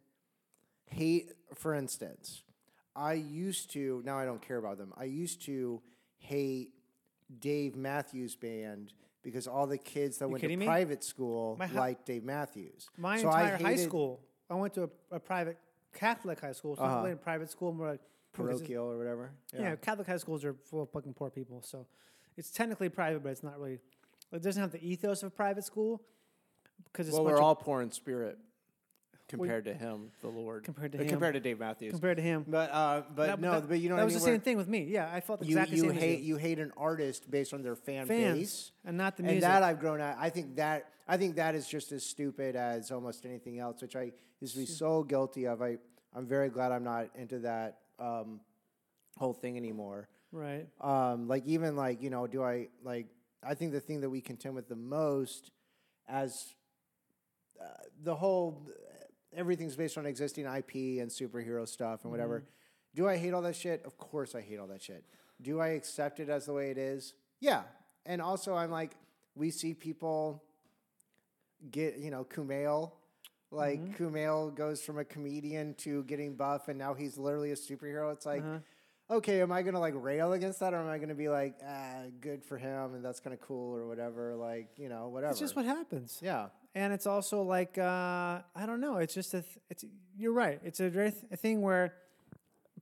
Hate, for instance, I used to. Now I don't care about them. I used to hate Dave Matthews Band because all the kids that went to
kidding me?
private school
My ho-
liked Dave Matthews.
My
So I
entire high
hated-
school, I went to a, a private Catholic high school. So I went to private school, more like because it's-
Uh-huh. parochial or whatever.
Yeah. Catholic high schools are full of fucking poor people. So it's technically private, but it's not really. It doesn't have the ethos of a private school because it's
Well,
a bunch
we're
of-
all poor in spirit compared to him, the Lord.
Compared to
Uh,
him.
compared to Dave Matthews.
compared to him.
But uh, but
That-
no,
that-
but you know
that was
what I mean?
the
Where
same thing with me. Yeah, I felt
You
exactly
you
the same. as
hate you hate an artist based on their fan
Fans
base,
and not the
and
music.
that I've grown out. I think that I think that is just as stupid as almost anything else, which I used to be so guilty of. I I'm very glad I'm not into that um, whole thing anymore.
right.
Um, like even like you know, do I like? I think the thing that we contend with the most, as uh, the whole everything's based on existing IP and superhero stuff and whatever.
Mm-hmm.
Do I hate all that shit? Of course I hate all that shit. Do I accept it as the way it is? Yeah. And also I'm like, we see people get you know Kumail Like
Mm-hmm.
Kumail goes from a comedian to getting buff, and now he's literally a superhero. It's like,
Uh-huh.
okay, am I gonna like rail against that, or am I gonna be like, ah, good for him, and that's kind of cool, or whatever? Like, you know, whatever.
It's just what happens.
yeah,
and it's also like uh, I don't know. It's just a th- it's you're right. It's a, very th- a thing where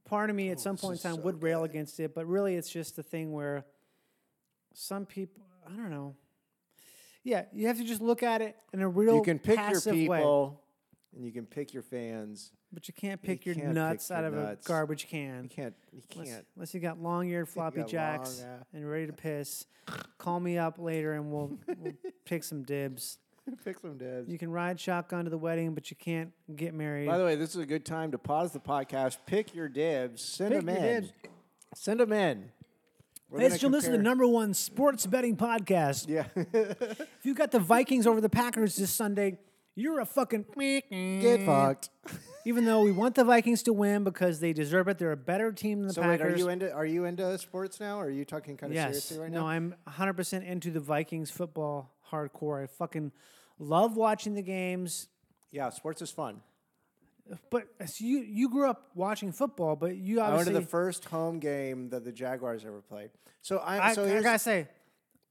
part of me
Oh,
at some point in time would rail against it, but really it's just a thing where some people I don't know. Yeah, you have to just look at it in a real
you can pick your
passive way,
people, and you can pick your fans.
but you can't
you
pick your
can't pick
nuts
your
out of
nuts.
a garbage can.
You can't. You
Unless-
can't.
Unless you got long eared floppy
got
jacks
long, uh,
and ready to piss, call me up later and we'll, we'll pick some dibs.
pick some dibs.
You can ride shotgun to the wedding, but you can't get married.
By the way, this is a good time to pause the podcast. Pick your dibs. Send
Pick
them
your
in.
dibs.
Send them in. We're
Ladies and
gonna
gentlemen, this is the
compare-
number one sports betting podcast. if you got the Vikings over the Packers this Sunday, you're a fucking
Get fucked.
Even though we want the Vikings to win because they deserve it, they're a better team than the
So wait,
Packers.
are you into are you into sports now? Or are you talking kind of
yes,
seriously right
no,
now?
I'm 100 percent into the Vikings football hardcore. I fucking love watching the games.
yeah, sports is fun.
But so you you grew up watching football, but you
I went
obviously
to the first home game that the Jaguars ever played. So I,
I,
so
I
here's,
gotta say,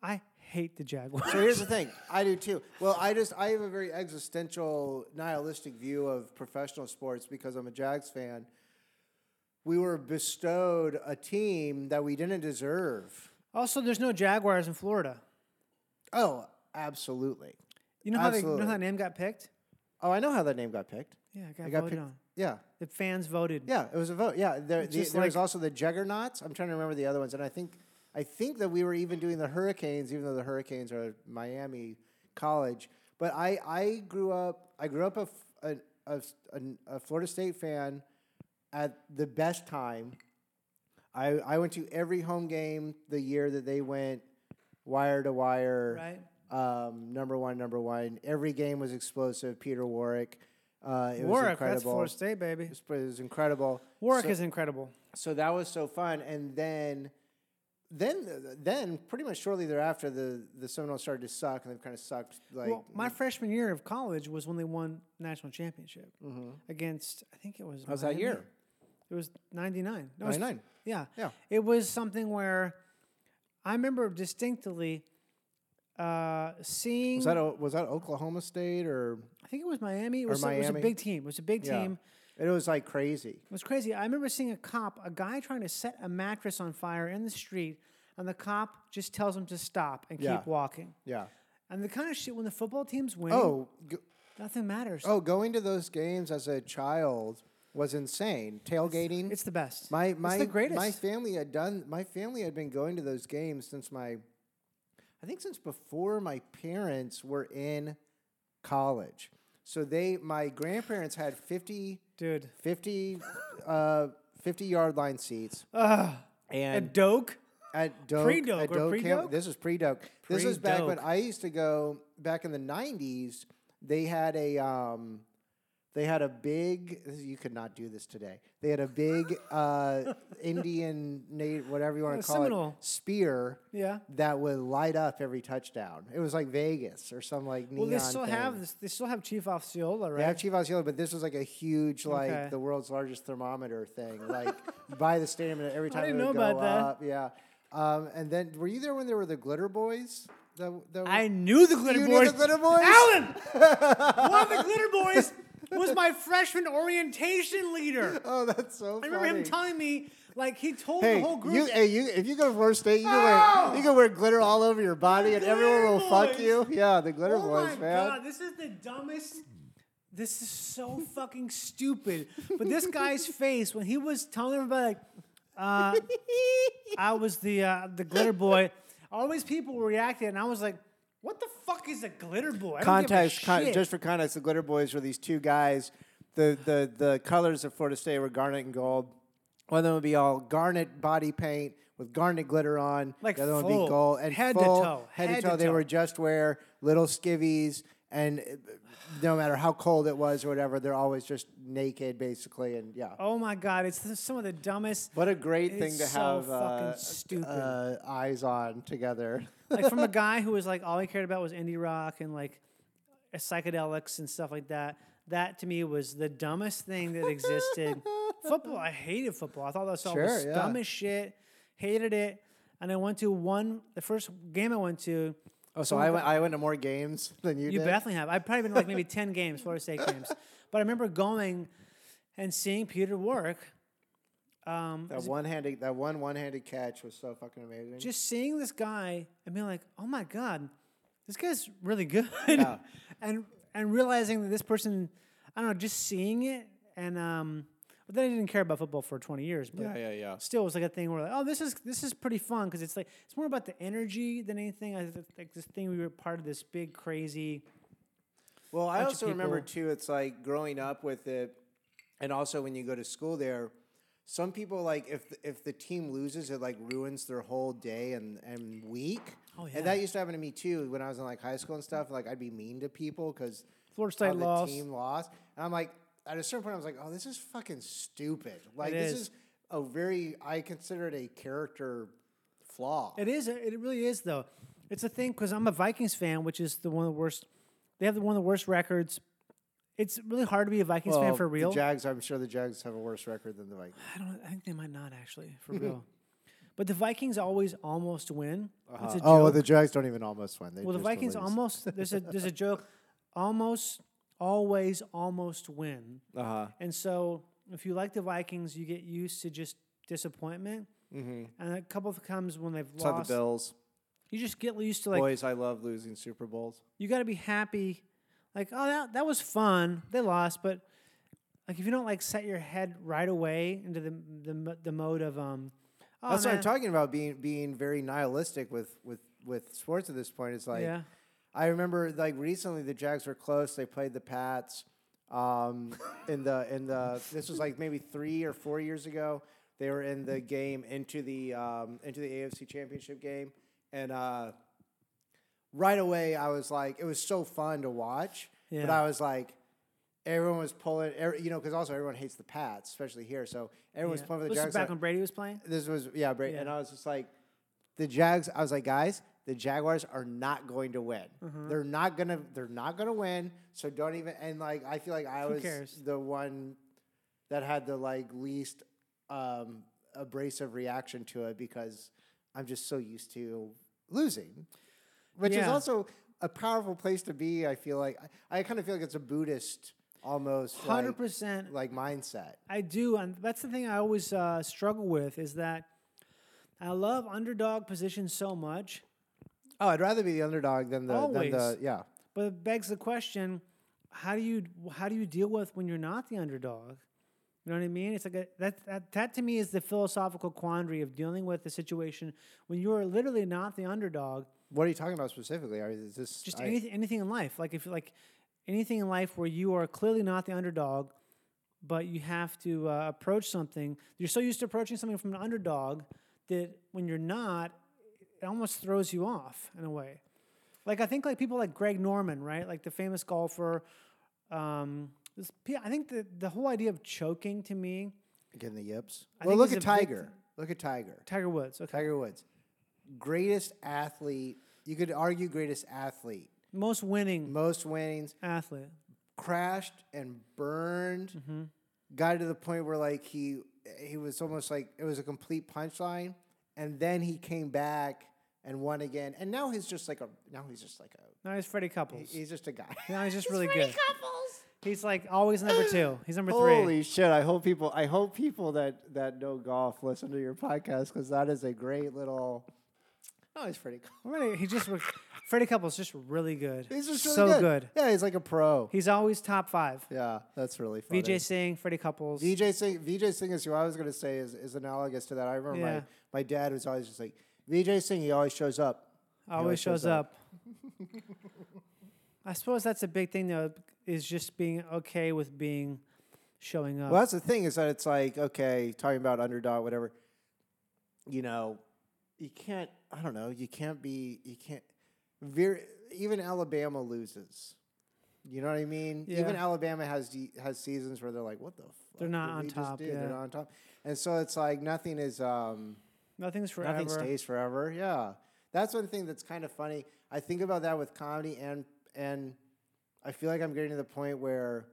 I hate the Jaguars.
So here's the thing. I do too. Well, I just I have a very existential, nihilistic view of professional sports because I'm a Jags fan. We were bestowed a team that we didn't deserve.
also, there's no Jaguars in Florida.
Oh, absolutely.
You know how they, you know how
Absolutely.
the name got picked?
Oh, I know how that name got picked.
Yeah, it got,
It got
voted
picked.
on.
Yeah,
The fans voted.
yeah. It was a vote. Yeah, there, the,
Mm. just
there
like-
was also the Juggernauts. I'm trying to remember the other ones, and I think I think that we were even doing the Hurricanes, even though the Hurricanes are Miami College. But I I grew up I grew up a f- a- a s- an- a Florida State fan at the best time. I I went to every home game the year that they went wire to wire.
Right.
Um, number one, number one. Every game was explosive. Peter Warwick. Uh, it was
Warwick,
incredible.
that's Florida State, baby.
It was, it was incredible.
Warwick
so,
is incredible.
so that was so fun, and then, then, then pretty much shortly thereafter, the the Seminoles started to suck, and they've kind of sucked. Like
well, my freshman year of college was when they won national championship against. I think it was.
Mm-hmm. How's that
Miami.
year?
It was ninety nine. No, it was-
99.
Yeah.
Yeah.
It was something where I remember distinctly uh, seeing.
was that O- was that Oklahoma State or
I think it was Miami. It was, it was a
Miami?
big team. It was a big
yeah.
team.
It was like crazy.
It was crazy. I remember seeing a cop, a guy trying to set a mattress on fire in the street, and the cop just tells him to stop and
Yeah.
keep walking.
Yeah.
And the kind of shit when the football team's winning,
Oh, go,
nothing matters.
oh, going to those games as a child was insane. Tailgating.
It's the best.
My
It's
my
the greatest.
my family had done my family had been going to those games since my I think since before my parents were in college. So they my grandparents had 50
Dude.
50 uh 50 yard line seats.
A doke?
At Doak,
Pre-Doak
at
or
Doak
pre-Doak?
Camp- This is pre Doak. This is back when
Pre-Doak.
I used to go back in the '90s. They had a um, they had a big. this- You could not do this today. They had a big uh, Indian native, whatever you want
A
to call it,
Seminole.
spear.
Yeah.
That would light up every touchdown. It was like Vegas or some like neon.
Well, they still
thing.
have this. They still have Chief Osceola, right?
They have Chief Osceola, but this was like a huge, like
Okay.
the world's largest thermometer thing, like by the stadium. And every time
didn't
it would
know about
go
that.
up, yeah. Um, and then, were you there when there were the Glitter Boys? That, that were-
I knew the Glitter
You knew
Boys.
the Glitter Boys?
Alan! One of the Glitter Boys was my freshman orientation leader.
oh, that's so.
I remember him
funny.
telling me, like, he told
Hey,
the whole group.
you, hey, you, if you go to Florida State, you can,
Oh!
wear, you can wear glitter all over your body and everyone will
Glitter
fuck
Boys!
you. Yeah, the Glitter
oh
Boys,
my
man.
god, this is the dumbest. This is so fucking stupid. But this guy's face when he was telling everybody, like, uh, I was the uh, the glitter boy. All these people reacted, and I was like, "What the fuck is a glitter boy?" I don't give a
context, con-
shit.
just for context, the Glitter Boys were these two guys. The, the, the colors of Florida State were garnet and gold. One of them would be all garnet body paint with garnet glitter on.
Like
the other one would
full,
be gold and
head to
full,
toe,
head,
head
to
to
toe. They
toe.
were just wear little skivvies, and uh, no matter how cold it was or whatever, they're always just naked basically. And yeah,
oh my god, it's the, some of the dumbest.
what a great
it's
thing to
so
have
fucking
uh,
stupid.
uh, eyes on together.
like from a guy who was like all he cared about was indie rock uh, and like psychedelics and stuff like that That to me was the dumbest thing that existed. football, I hated football. I thought I saw was
Sure, yeah.
dumbest shit. Hated it. And I went to one, the first game I went to,
Oh, so I went. I went to more games than you,
you
did.
definitely have. I've probably been to, like maybe 10 games, Florida State games. But I remember going and seeing Peter work. Um,
That one-handed, that one one-handed catch was so fucking amazing.
just seeing this guy and being like, oh my god, this guy's really good, and and realizing that this person, I don't know, just seeing it and um, but then I didn't care about football for twenty years, but
Yeah, yeah, yeah.
still it was like a thing where like, oh, this is this is pretty fun because it's like it's more about the energy than anything. I th- like this thing we were part of this big crazy.
Well, I
bunch of
also remember
people-
too. It's like growing up with it, and also when you go to school there, some people like if th- if the team loses, it like ruins their whole day and and week.
Oh,
And that
yeah.
used to happen to me too when I was in like high school and stuff. Like I'd be mean to people because
Florida State
the
lost.
team lost, and I'm like at a certain point I was like, oh, this is fucking stupid. Like this
is.
is a very I consider it a character flaw.
It is. It really is, though. It's a thing because I'm a Vikings fan, which is the one of the worst. They have the one of the worst records. It's really hard to be a Vikings fan
Well,
for real.
The Jags, I'm sure the Jags have a worse record than the Vikings.
I don't. I think they might not actually for real. But the Vikings always almost win. It's a
Oh,
joke.
well, the Jags don't even almost win. They
well, the
just will
Vikings
lose.
almost. There's a there's a joke. Almost always almost win.
Uh huh.
And so, if you like the Vikings, you get used to just disappointment. Mm-hmm. And a couple of times when they've
Saw the
lost,
Bills.
you just get used to like
Boys, I love losing Super Bowls.
you got to be happy. Like, oh, that, that was fun. They lost, but like if you don't like set your head right away into the the, mo- the mode of um, oh,
That's what I'm
man,
talking about. Being being very nihilistic with with with sports at this point. It's like
Yeah.
I remember like recently the Jags were close. They played the Pats. Um, in the in the this was like maybe three or four years ago. They were in the game into the um, into the AFC Championship game, and uh, right away I was like, it was so fun to watch. But
Yeah.
I was like, everyone was pulling, every, you know, because also everyone hates the Pats, especially here. So everyone was
yeah.
pulling for the
This is
Jags.
back
so-
when Brady was playing.
this was yeah, Bra- and
Yeah.
I was just like, the Jags. I was like, guys, the Jaguars are not going to win.
Mm-hmm.
They're not gonna. They're not gonna win. So don't even. And like, I feel like I was
cares?
the one that had the like least um, abrasive reaction to it because I'm just so used to losing, which is
Yeah.
also a powerful place to be. I feel like I, I kind of feel like it's a Buddhist almost
Hundred
like,
percent.
like mindset.
I do, and that's the thing I always uh, struggle with is that I love underdog positions so much,
Oh, I'd rather be the underdog than the than the
Always.
yeah.
but it begs the question: How do you how do you deal with when you're not the underdog? You know what I mean? It's like a, that, that. That to me is the philosophical quandary of dealing with the situation when you are literally not the underdog.
What are you talking about specifically? Are is this
Just
I-
anything, anything in life. Like if you- like anything in life where you are clearly not the underdog, but you have to uh, approach something. You're so used to approaching something from an underdog that when you're not, it almost throws you off in a way. Like I think like people like Greg Norman, right? Like the famous golfer. Um, this, pe- I think the the whole idea of choking to me,
getting the yips.
I
well,
think
look
he's
at
a vic-
Tiger. Look at Tiger.
Tiger Woods. Okay,
Tiger Woods, greatest athlete. You could argue greatest athlete,
most winning
most winnings.
athlete.
Crashed and burned.
Mm-hmm.
Got to the point where like he he was almost like it was a complete punchline, and then he came back and won again. And now he's just like a now he's just like a
Now he's Freddie Couples.
he's just a guy.
now he's just really good. He's like always number two. He's number three.
Holy shit! I hope people. I hope people that that know golf listen to your podcast because that is a great little. Oh, he's pretty cool.
Really, he just was- Freddie Couples just really good.
He's just really
so
good.
good.
Yeah, he's like a pro.
He's always top five.
yeah, that's really funny.
VJ Singh, Freddie Couples.
VJ Singh. VJ Singh is who I was gonna say is, is analogous to that. I remember
Yeah.
my, my dad was always just like VJ Singh. He always shows up.
always shows up. I suppose that's a big thing though, is just being okay with being showing up.
Well, that's the thing is that it's like okay, talking about underdog, whatever. You know, you can't. I don't know. You can't be. You can't. Very, even Alabama loses. You know what I mean? Even
Yeah.
Alabama has de- has seasons where they're like, "What the? Fuck
They're not
did
on
we just
top,
do?
yeah.
They're not on top." And so it's like nothing is. um
Nothing's forever.
Nothing stays forever. Yeah, that's one thing that's kind of funny. I think about that with comedy, and and I feel like I'm getting to the point where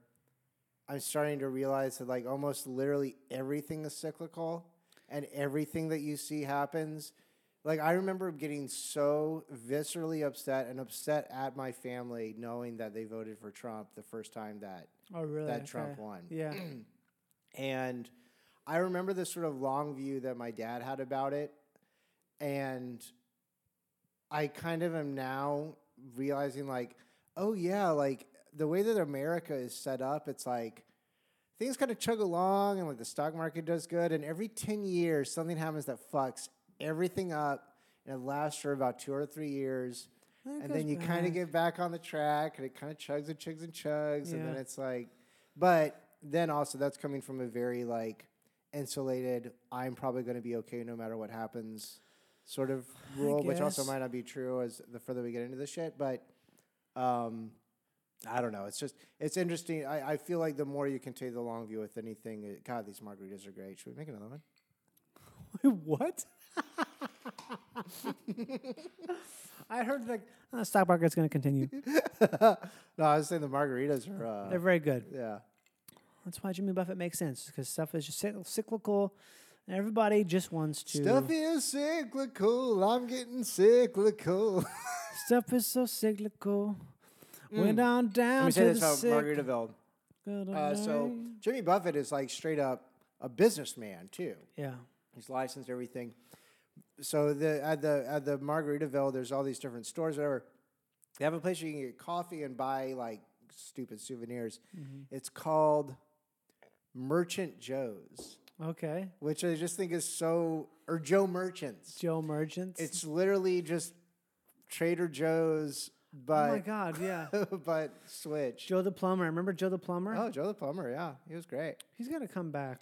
I'm starting to realize that like almost literally everything is cyclical and everything that you see happens. Like I remember getting so viscerally upset and upset at my family knowing that they voted for Trump the first time that
Oh, really?
that Trump won.
Yeah.
And I remember this sort of long view that my dad had about it. And I kind of am now realizing, like, oh, yeah, like the way that America is set up, it's like things kind of chug along and like the stock market does good. And every 10 years, something happens that fucks everything up. And it lasts for about two or three years. and then you kind of get back on the track and it kind of chugs and chugs and chugs. And then
Yeah.
it's like, but then also that's coming from a very like insulated, I'm probably going to be okay no matter what happens sort of rule, which also
guess.
might not be true as the further we get into this shit. But um, I don't know. It's just, it's interesting. I, I feel like the more you can take the long view with anything, it- God, these margaritas are great. Should we make another one?
what? I heard the uh, stock market's going to continue.
No, I was saying the margaritas are,
They're
uh,
very good.
yeah.
That's why Jimmy Buffett makes sense because stuff is just cyc- cyclical, and everybody just wants to.
Stuff is cyclical. I'm getting cyclical.
Stuff is so cyclical. Went on down
Mm. Let me say
to
this
the
about
cyclical.
Margaritaville. Uh, so Jimmy Buffett is like straight up a businessman too.
yeah,
He's licensed everything. So the at the at the Margaritaville, there's all these different stores. Whatever. They have a place where you can get coffee and buy like stupid souvenirs. It's called Merchant Joe's,
okay.
which I just think is so or Joe Merchants.
Joe Merchants.
It's literally just Trader Joe's,
oh
but
my god, yeah.
but switch.
Joe the plumber. Remember Joe the plumber?
Oh, Joe the plumber. Yeah, he was great.
He's got to come back.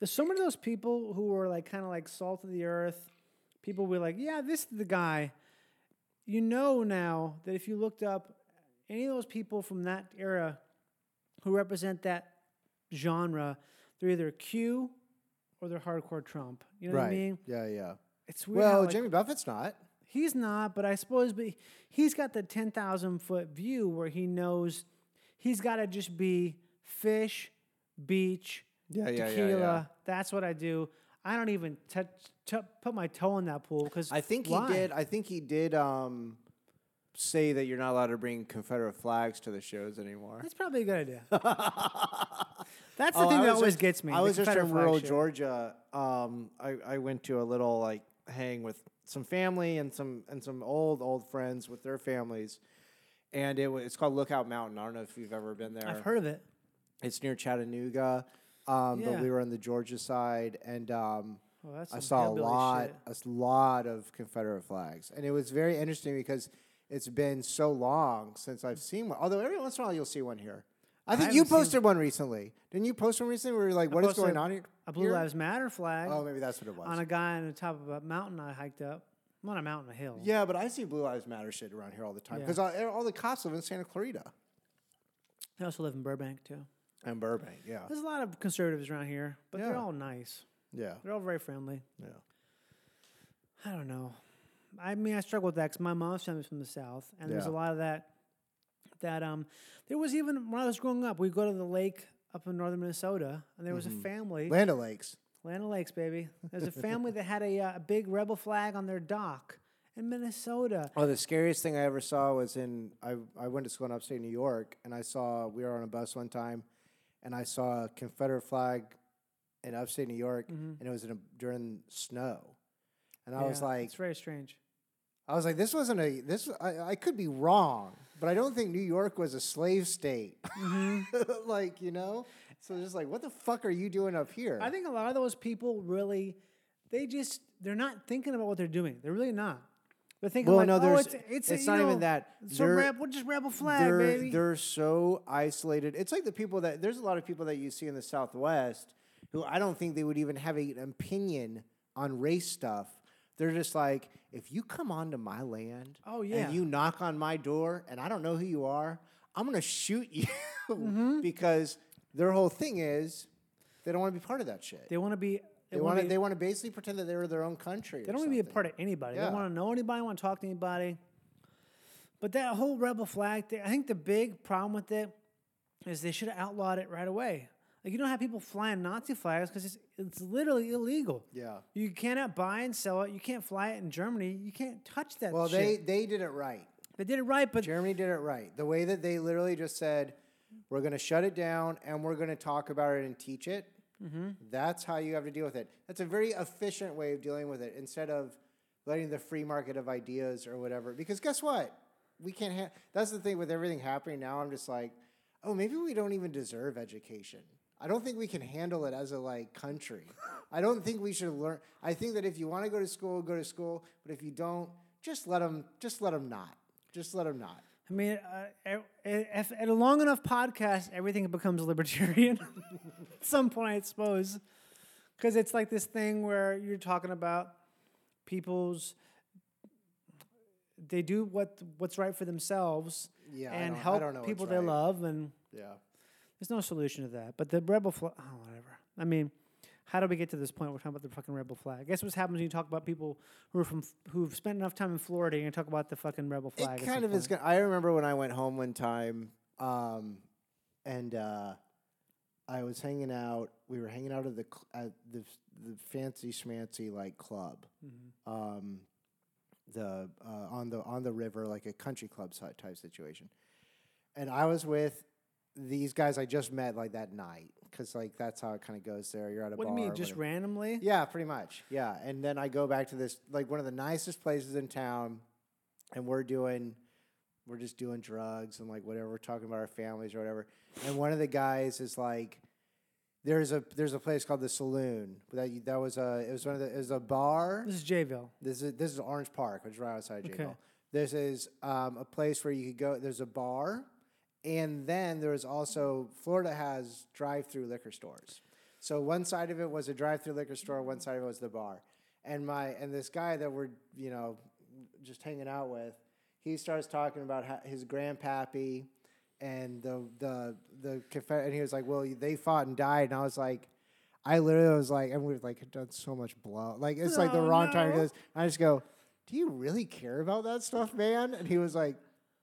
There's so many of those people who are like kind of like salt of the earth. People were like, yeah, this is the guy. You know now that if you looked up any of those people from that era who represent that genre, they're either Q or they're hardcore Trump. You know what I mean?
Yeah, yeah.
It's weird. how,
Well,
like,
Jimmy Buffett's not.
He's not, but I suppose, but he's got the ten thousand foot view where he knows he's got to just be fish, beach,
Yeah, yeah, yeah,
tequila.
yeah.
That's what I do. I don't even touch, tou- put my toe in that pool because
I think
why?
he did. I think he did um, say that you're not allowed to bring Confederate flags to the shows anymore.
That's probably a good idea. That's the
Oh,
thing
I
that
was
always
just-
gets me.
I
the
was just
Confederate
in
flag
rural
shit.
Georgia. Um, I, I went to a little like hang with some family and some and some old old friends with their families, and it was it's called Lookout Mountain. I don't know if you've ever been there.
I've heard of it.
It's near Chattanooga, um, but
Yeah.
we were on the Georgia side, and um,
Well, that's
I
some
saw a
hillbilly
lot,
shit.
a s- lot of Confederate flags, and it was very interesting because it's been so long since I've seen one. Although every once in a while you'll see one here. I think you
haven't seen-
posted one recently. Didn't you post one recently? Where you're like, what is
posted
going on here?
A Blue
here?
Lives Matter flag
Oh, maybe that's what it was.
on a guy on the top of a mountain I hiked up. Not a mountain, a hill.
yeah, but I see Blue Lives Matter shit around here all the time
Yeah.
because all, all the cops live in Santa Clarita
I also live in Burbank too.
and Burbank. Yeah,
There's a lot of conservatives around here, but they're
Yeah.
all nice.
yeah,
They're all very friendly.
yeah.
I don't know. I mean, I struggle with that because my mom's family's from the South, and there's a
Yeah.
lot of that. That um, there was even when I was growing up, we go to the lake up in northern Minnesota, and there was
Mm-hmm.
a family,
Land O'Lakes.
Land O'Lakes, baby. There's a family that had a, uh, a big rebel flag on their dock in Minnesota.
Oh, the scariest thing I ever saw was in I, I went to school in upstate New York, and I saw we were on a bus one time, and I saw a Confederate flag in upstate New York, and it was in a, during snow, and I was
Mm-hmm. Yeah,
like,
it's very strange.
I was like, this wasn't a this I, I could be wrong, but I don't think New York was a slave state,
Mm-hmm.
like you know. So just like, what the fuck are you doing up here?
I think a lot of those people really, they just they're not thinking about what they're doing. They're really not. They're thinking
Well,
like,
no,
oh,
there's-
it's it's,
it's
you
not even
know,
that.
So
They're-
rab- we'll just rebel flag,
they're,
baby.
They're so isolated. It's like the people that there's a lot of people that you see in the Southwest who I don't think they would even have a- an opinion on race stuff. They're just like, if you come onto my land,
Oh, yeah.
and you knock on my door, and I don't know who you are, I'm gonna shoot you
Mm-hmm.
because their whole thing is they don't want to be part of that shit.
They want to be.
They want to. They want to basically pretend that they're their own country.
They don't want to be a part of anybody. They
Yeah.
don't want to know anybody. Want to talk to anybody. But that whole rebel flag thing, I think the big problem with it is they should have outlawed it right away. Like you don't have people flying Nazi flags because it's it's literally illegal.
Yeah.
You cannot buy and sell it. You can't fly it in Germany. You can't touch that.
Well, they,
shit.
they did it right.
they did it right, but
Germany did it right. The way that they literally just said, we're going to shut it down and we're going to talk about it and teach it. That's how you have to deal with it. That's a very efficient way of dealing with it instead of letting the free market of ideas or whatever. Because guess what? We can't have. That's the thing with everything happening now. I'm just like, oh, maybe we don't even deserve education. I don't think we can handle it as a like country. I don't think we should learn. I think that if you want to go to school, go to school. But if you don't, just let them. Just let them not. Just let them not.
I mean, uh, e- if at a long enough podcast, everything becomes libertarian at some point, I suppose, because it's like this thing where you're talking about people's they do what what's right for themselves
Yeah, I
and
don't- I
help
don't know what's
people they
right.
love and
Yeah.
There's no solution to that. But the rebel flag, oh, whatever. I mean, how do we get to this point? We're talking about the fucking rebel flag. I guess what happens when you talk about people who are from who've spent enough time in Florida and you talk about the fucking rebel flag.
It
at
kind
some
of is.
point.
Gonna, I remember when I went home one time, um, and uh, I was hanging out. We were hanging out at the cl- at the the fancy schmancy like club,
Mm-hmm.
um, the uh, on the on the river, like a country club si- type situation. And I was with these guys I just met like that night because like that's how it kind of goes there. You're at a
What do
bar.
you mean,
or
just
whatever.
randomly?
Yeah, pretty much. Yeah. And then I go back to this like one of the nicest places in town and we're doing we're just doing drugs and like whatever, we're talking about our families or whatever. And one of the guys is like there's a there's a place called the Saloon that you, that was a it was one of the it was a bar.
This is Jayville.
This is this is Orange Park, which is right outside J.
Okay.
This is um, a place where you could go. There's a bar, and then there was also Florida has drive-through liquor stores. So one side of it was a drive-through liquor store, one side of it was the bar. And my and this guy that we're you know just hanging out with, he starts talking about how his grandpappy and the the the confe- and he was like, well, they fought and died, and I was like. I literally was like, and we've like done so much blow. Like it's like the
Oh,
wrong time to do
no.
this. And I just go, "Do you really care about that stuff, man?" And he was like,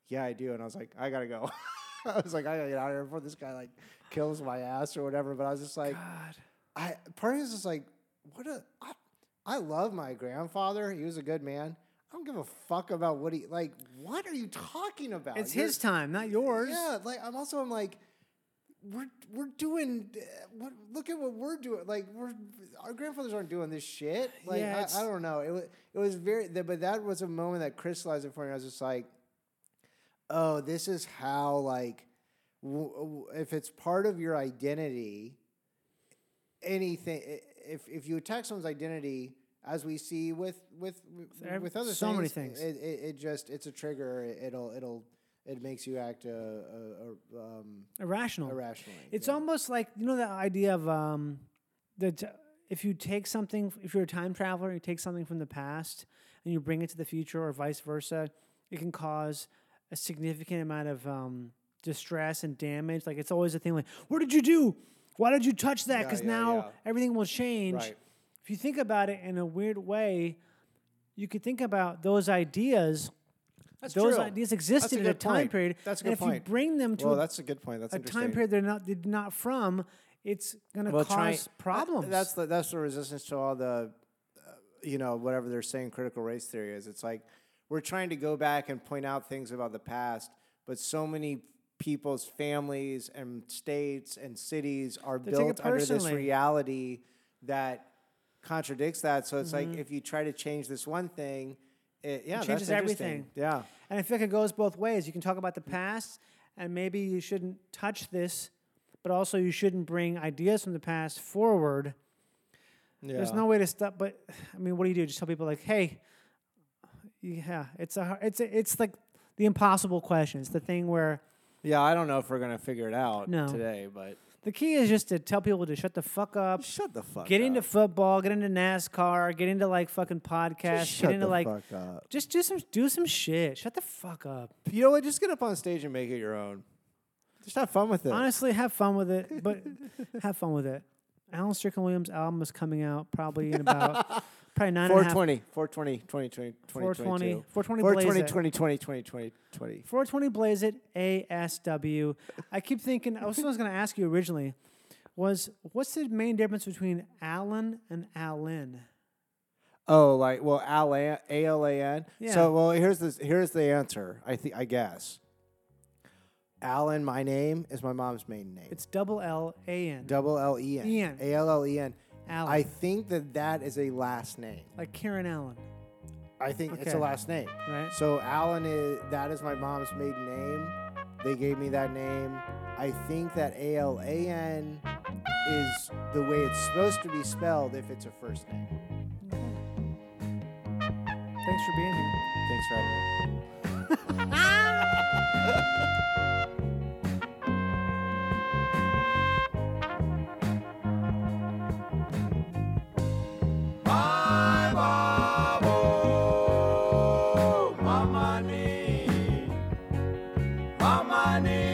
"Yeah, I do." And I was like, "I gotta go." I was like, "I gotta get out of here before this guy like kills my ass or whatever." But I was just like,
God.
I part of me is just like, what a I, I love my grandfather. He was a good man. I don't give a fuck about what he like. What are you talking about?
It's
You're-
his time, not yours.
yeah, like I'm also I'm like we're we're doing uh, what look at what we're doing like we're our grandfathers aren't doing this shit like
Yeah,
I,
it's-
I don't know it was it was very th- but that was a moment that crystallized it for me I was just like oh this is how like w- w- if it's part of your identity anything i- if if you attack someone's identity as we see with with
ev-
with, with other
so many things.
it, it, it just it's a trigger it- it'll it'll it makes you act uh, uh, uh, um,
Irrational.
irrationally
It's
yeah.
almost like you know that idea of um, that if you take something, if you're a time traveler, you take something from the past and you bring it to the future, or vice versa, it can cause a significant amount of um, distress and damage. Like it's always a thing like, "What did you do? Why did you touch that?"
Yeah,
Because
yeah,
now
yeah.
everything will change.
Right.
If you think about it in a weird way, you could think about those ideas.
That's
those
true.
ideas
That's a
existed at a
good
time
point.
period.
That's a
and
good
if
point.
you bring them to
well
a
that's a good point that's
a
interesting.
time period they're not they're not from, it's going to cause
try-
problems.
that- that's the that's the resistance to all the, uh, you know, whatever they're saying critical race theory is. It's like we're trying to go back and point out things about the past, but so many people's families and states and cities are
take it
built under this
personally.
reality that contradicts that. So it's like if you try to change this one thing, it yeah, that's
Mm-hmm. changes
interesting.
everything.
Yeah,
and I feel like it goes both ways. You can talk about the past, and maybe you shouldn't touch this, but also you shouldn't bring ideas from the past forward. There's no way to stop. But I mean, what do you do? Just tell people like, hey, yeah, it's a har- it's a, it's like the impossible question. It's the thing where
Yeah, I don't know if we're gonna figure it out
No.
today, but
the key is just to tell people to shut the fuck up.
shut the fuck.
Get
up.
into football, get into NASCAR, get into like fucking podcasts,
Just
get
shut
into
the
like
fuck up.
Just do some do some shit. Shut the fuck up.
You know what? Just get up on stage and make it your own. Just have fun with it.
Honestly, have fun with it, but have fun with it. Alan Strickland Williams' album is coming out probably in about probably nine and a half-
420, 420, 2020,
420,
2022.
420 blaze
420,
it.
2020, 2020.
420 blaze it ASW. I keep thinking. I was what I was going to ask you originally. Was what's the main difference between Allen and Allen?
Oh, like well, Alan, A L A N.
Yeah.
So well, here's this. Here's the answer. I think I guess. Alan, my name is my mom's maiden name.
It's double L A N.
double L E N.
Ian.
A L L E N.
Alan.
I think that that is a last name.
like Karen Allen,
I think it's
Okay.
a last name.
right?
So Alan is that is my mom's maiden name. They gave me that name. I think that A L A N is the way it's supposed to be spelled if it's a first name.
Thanks for being here.
Thanks for having me.
Mamani, Mamani.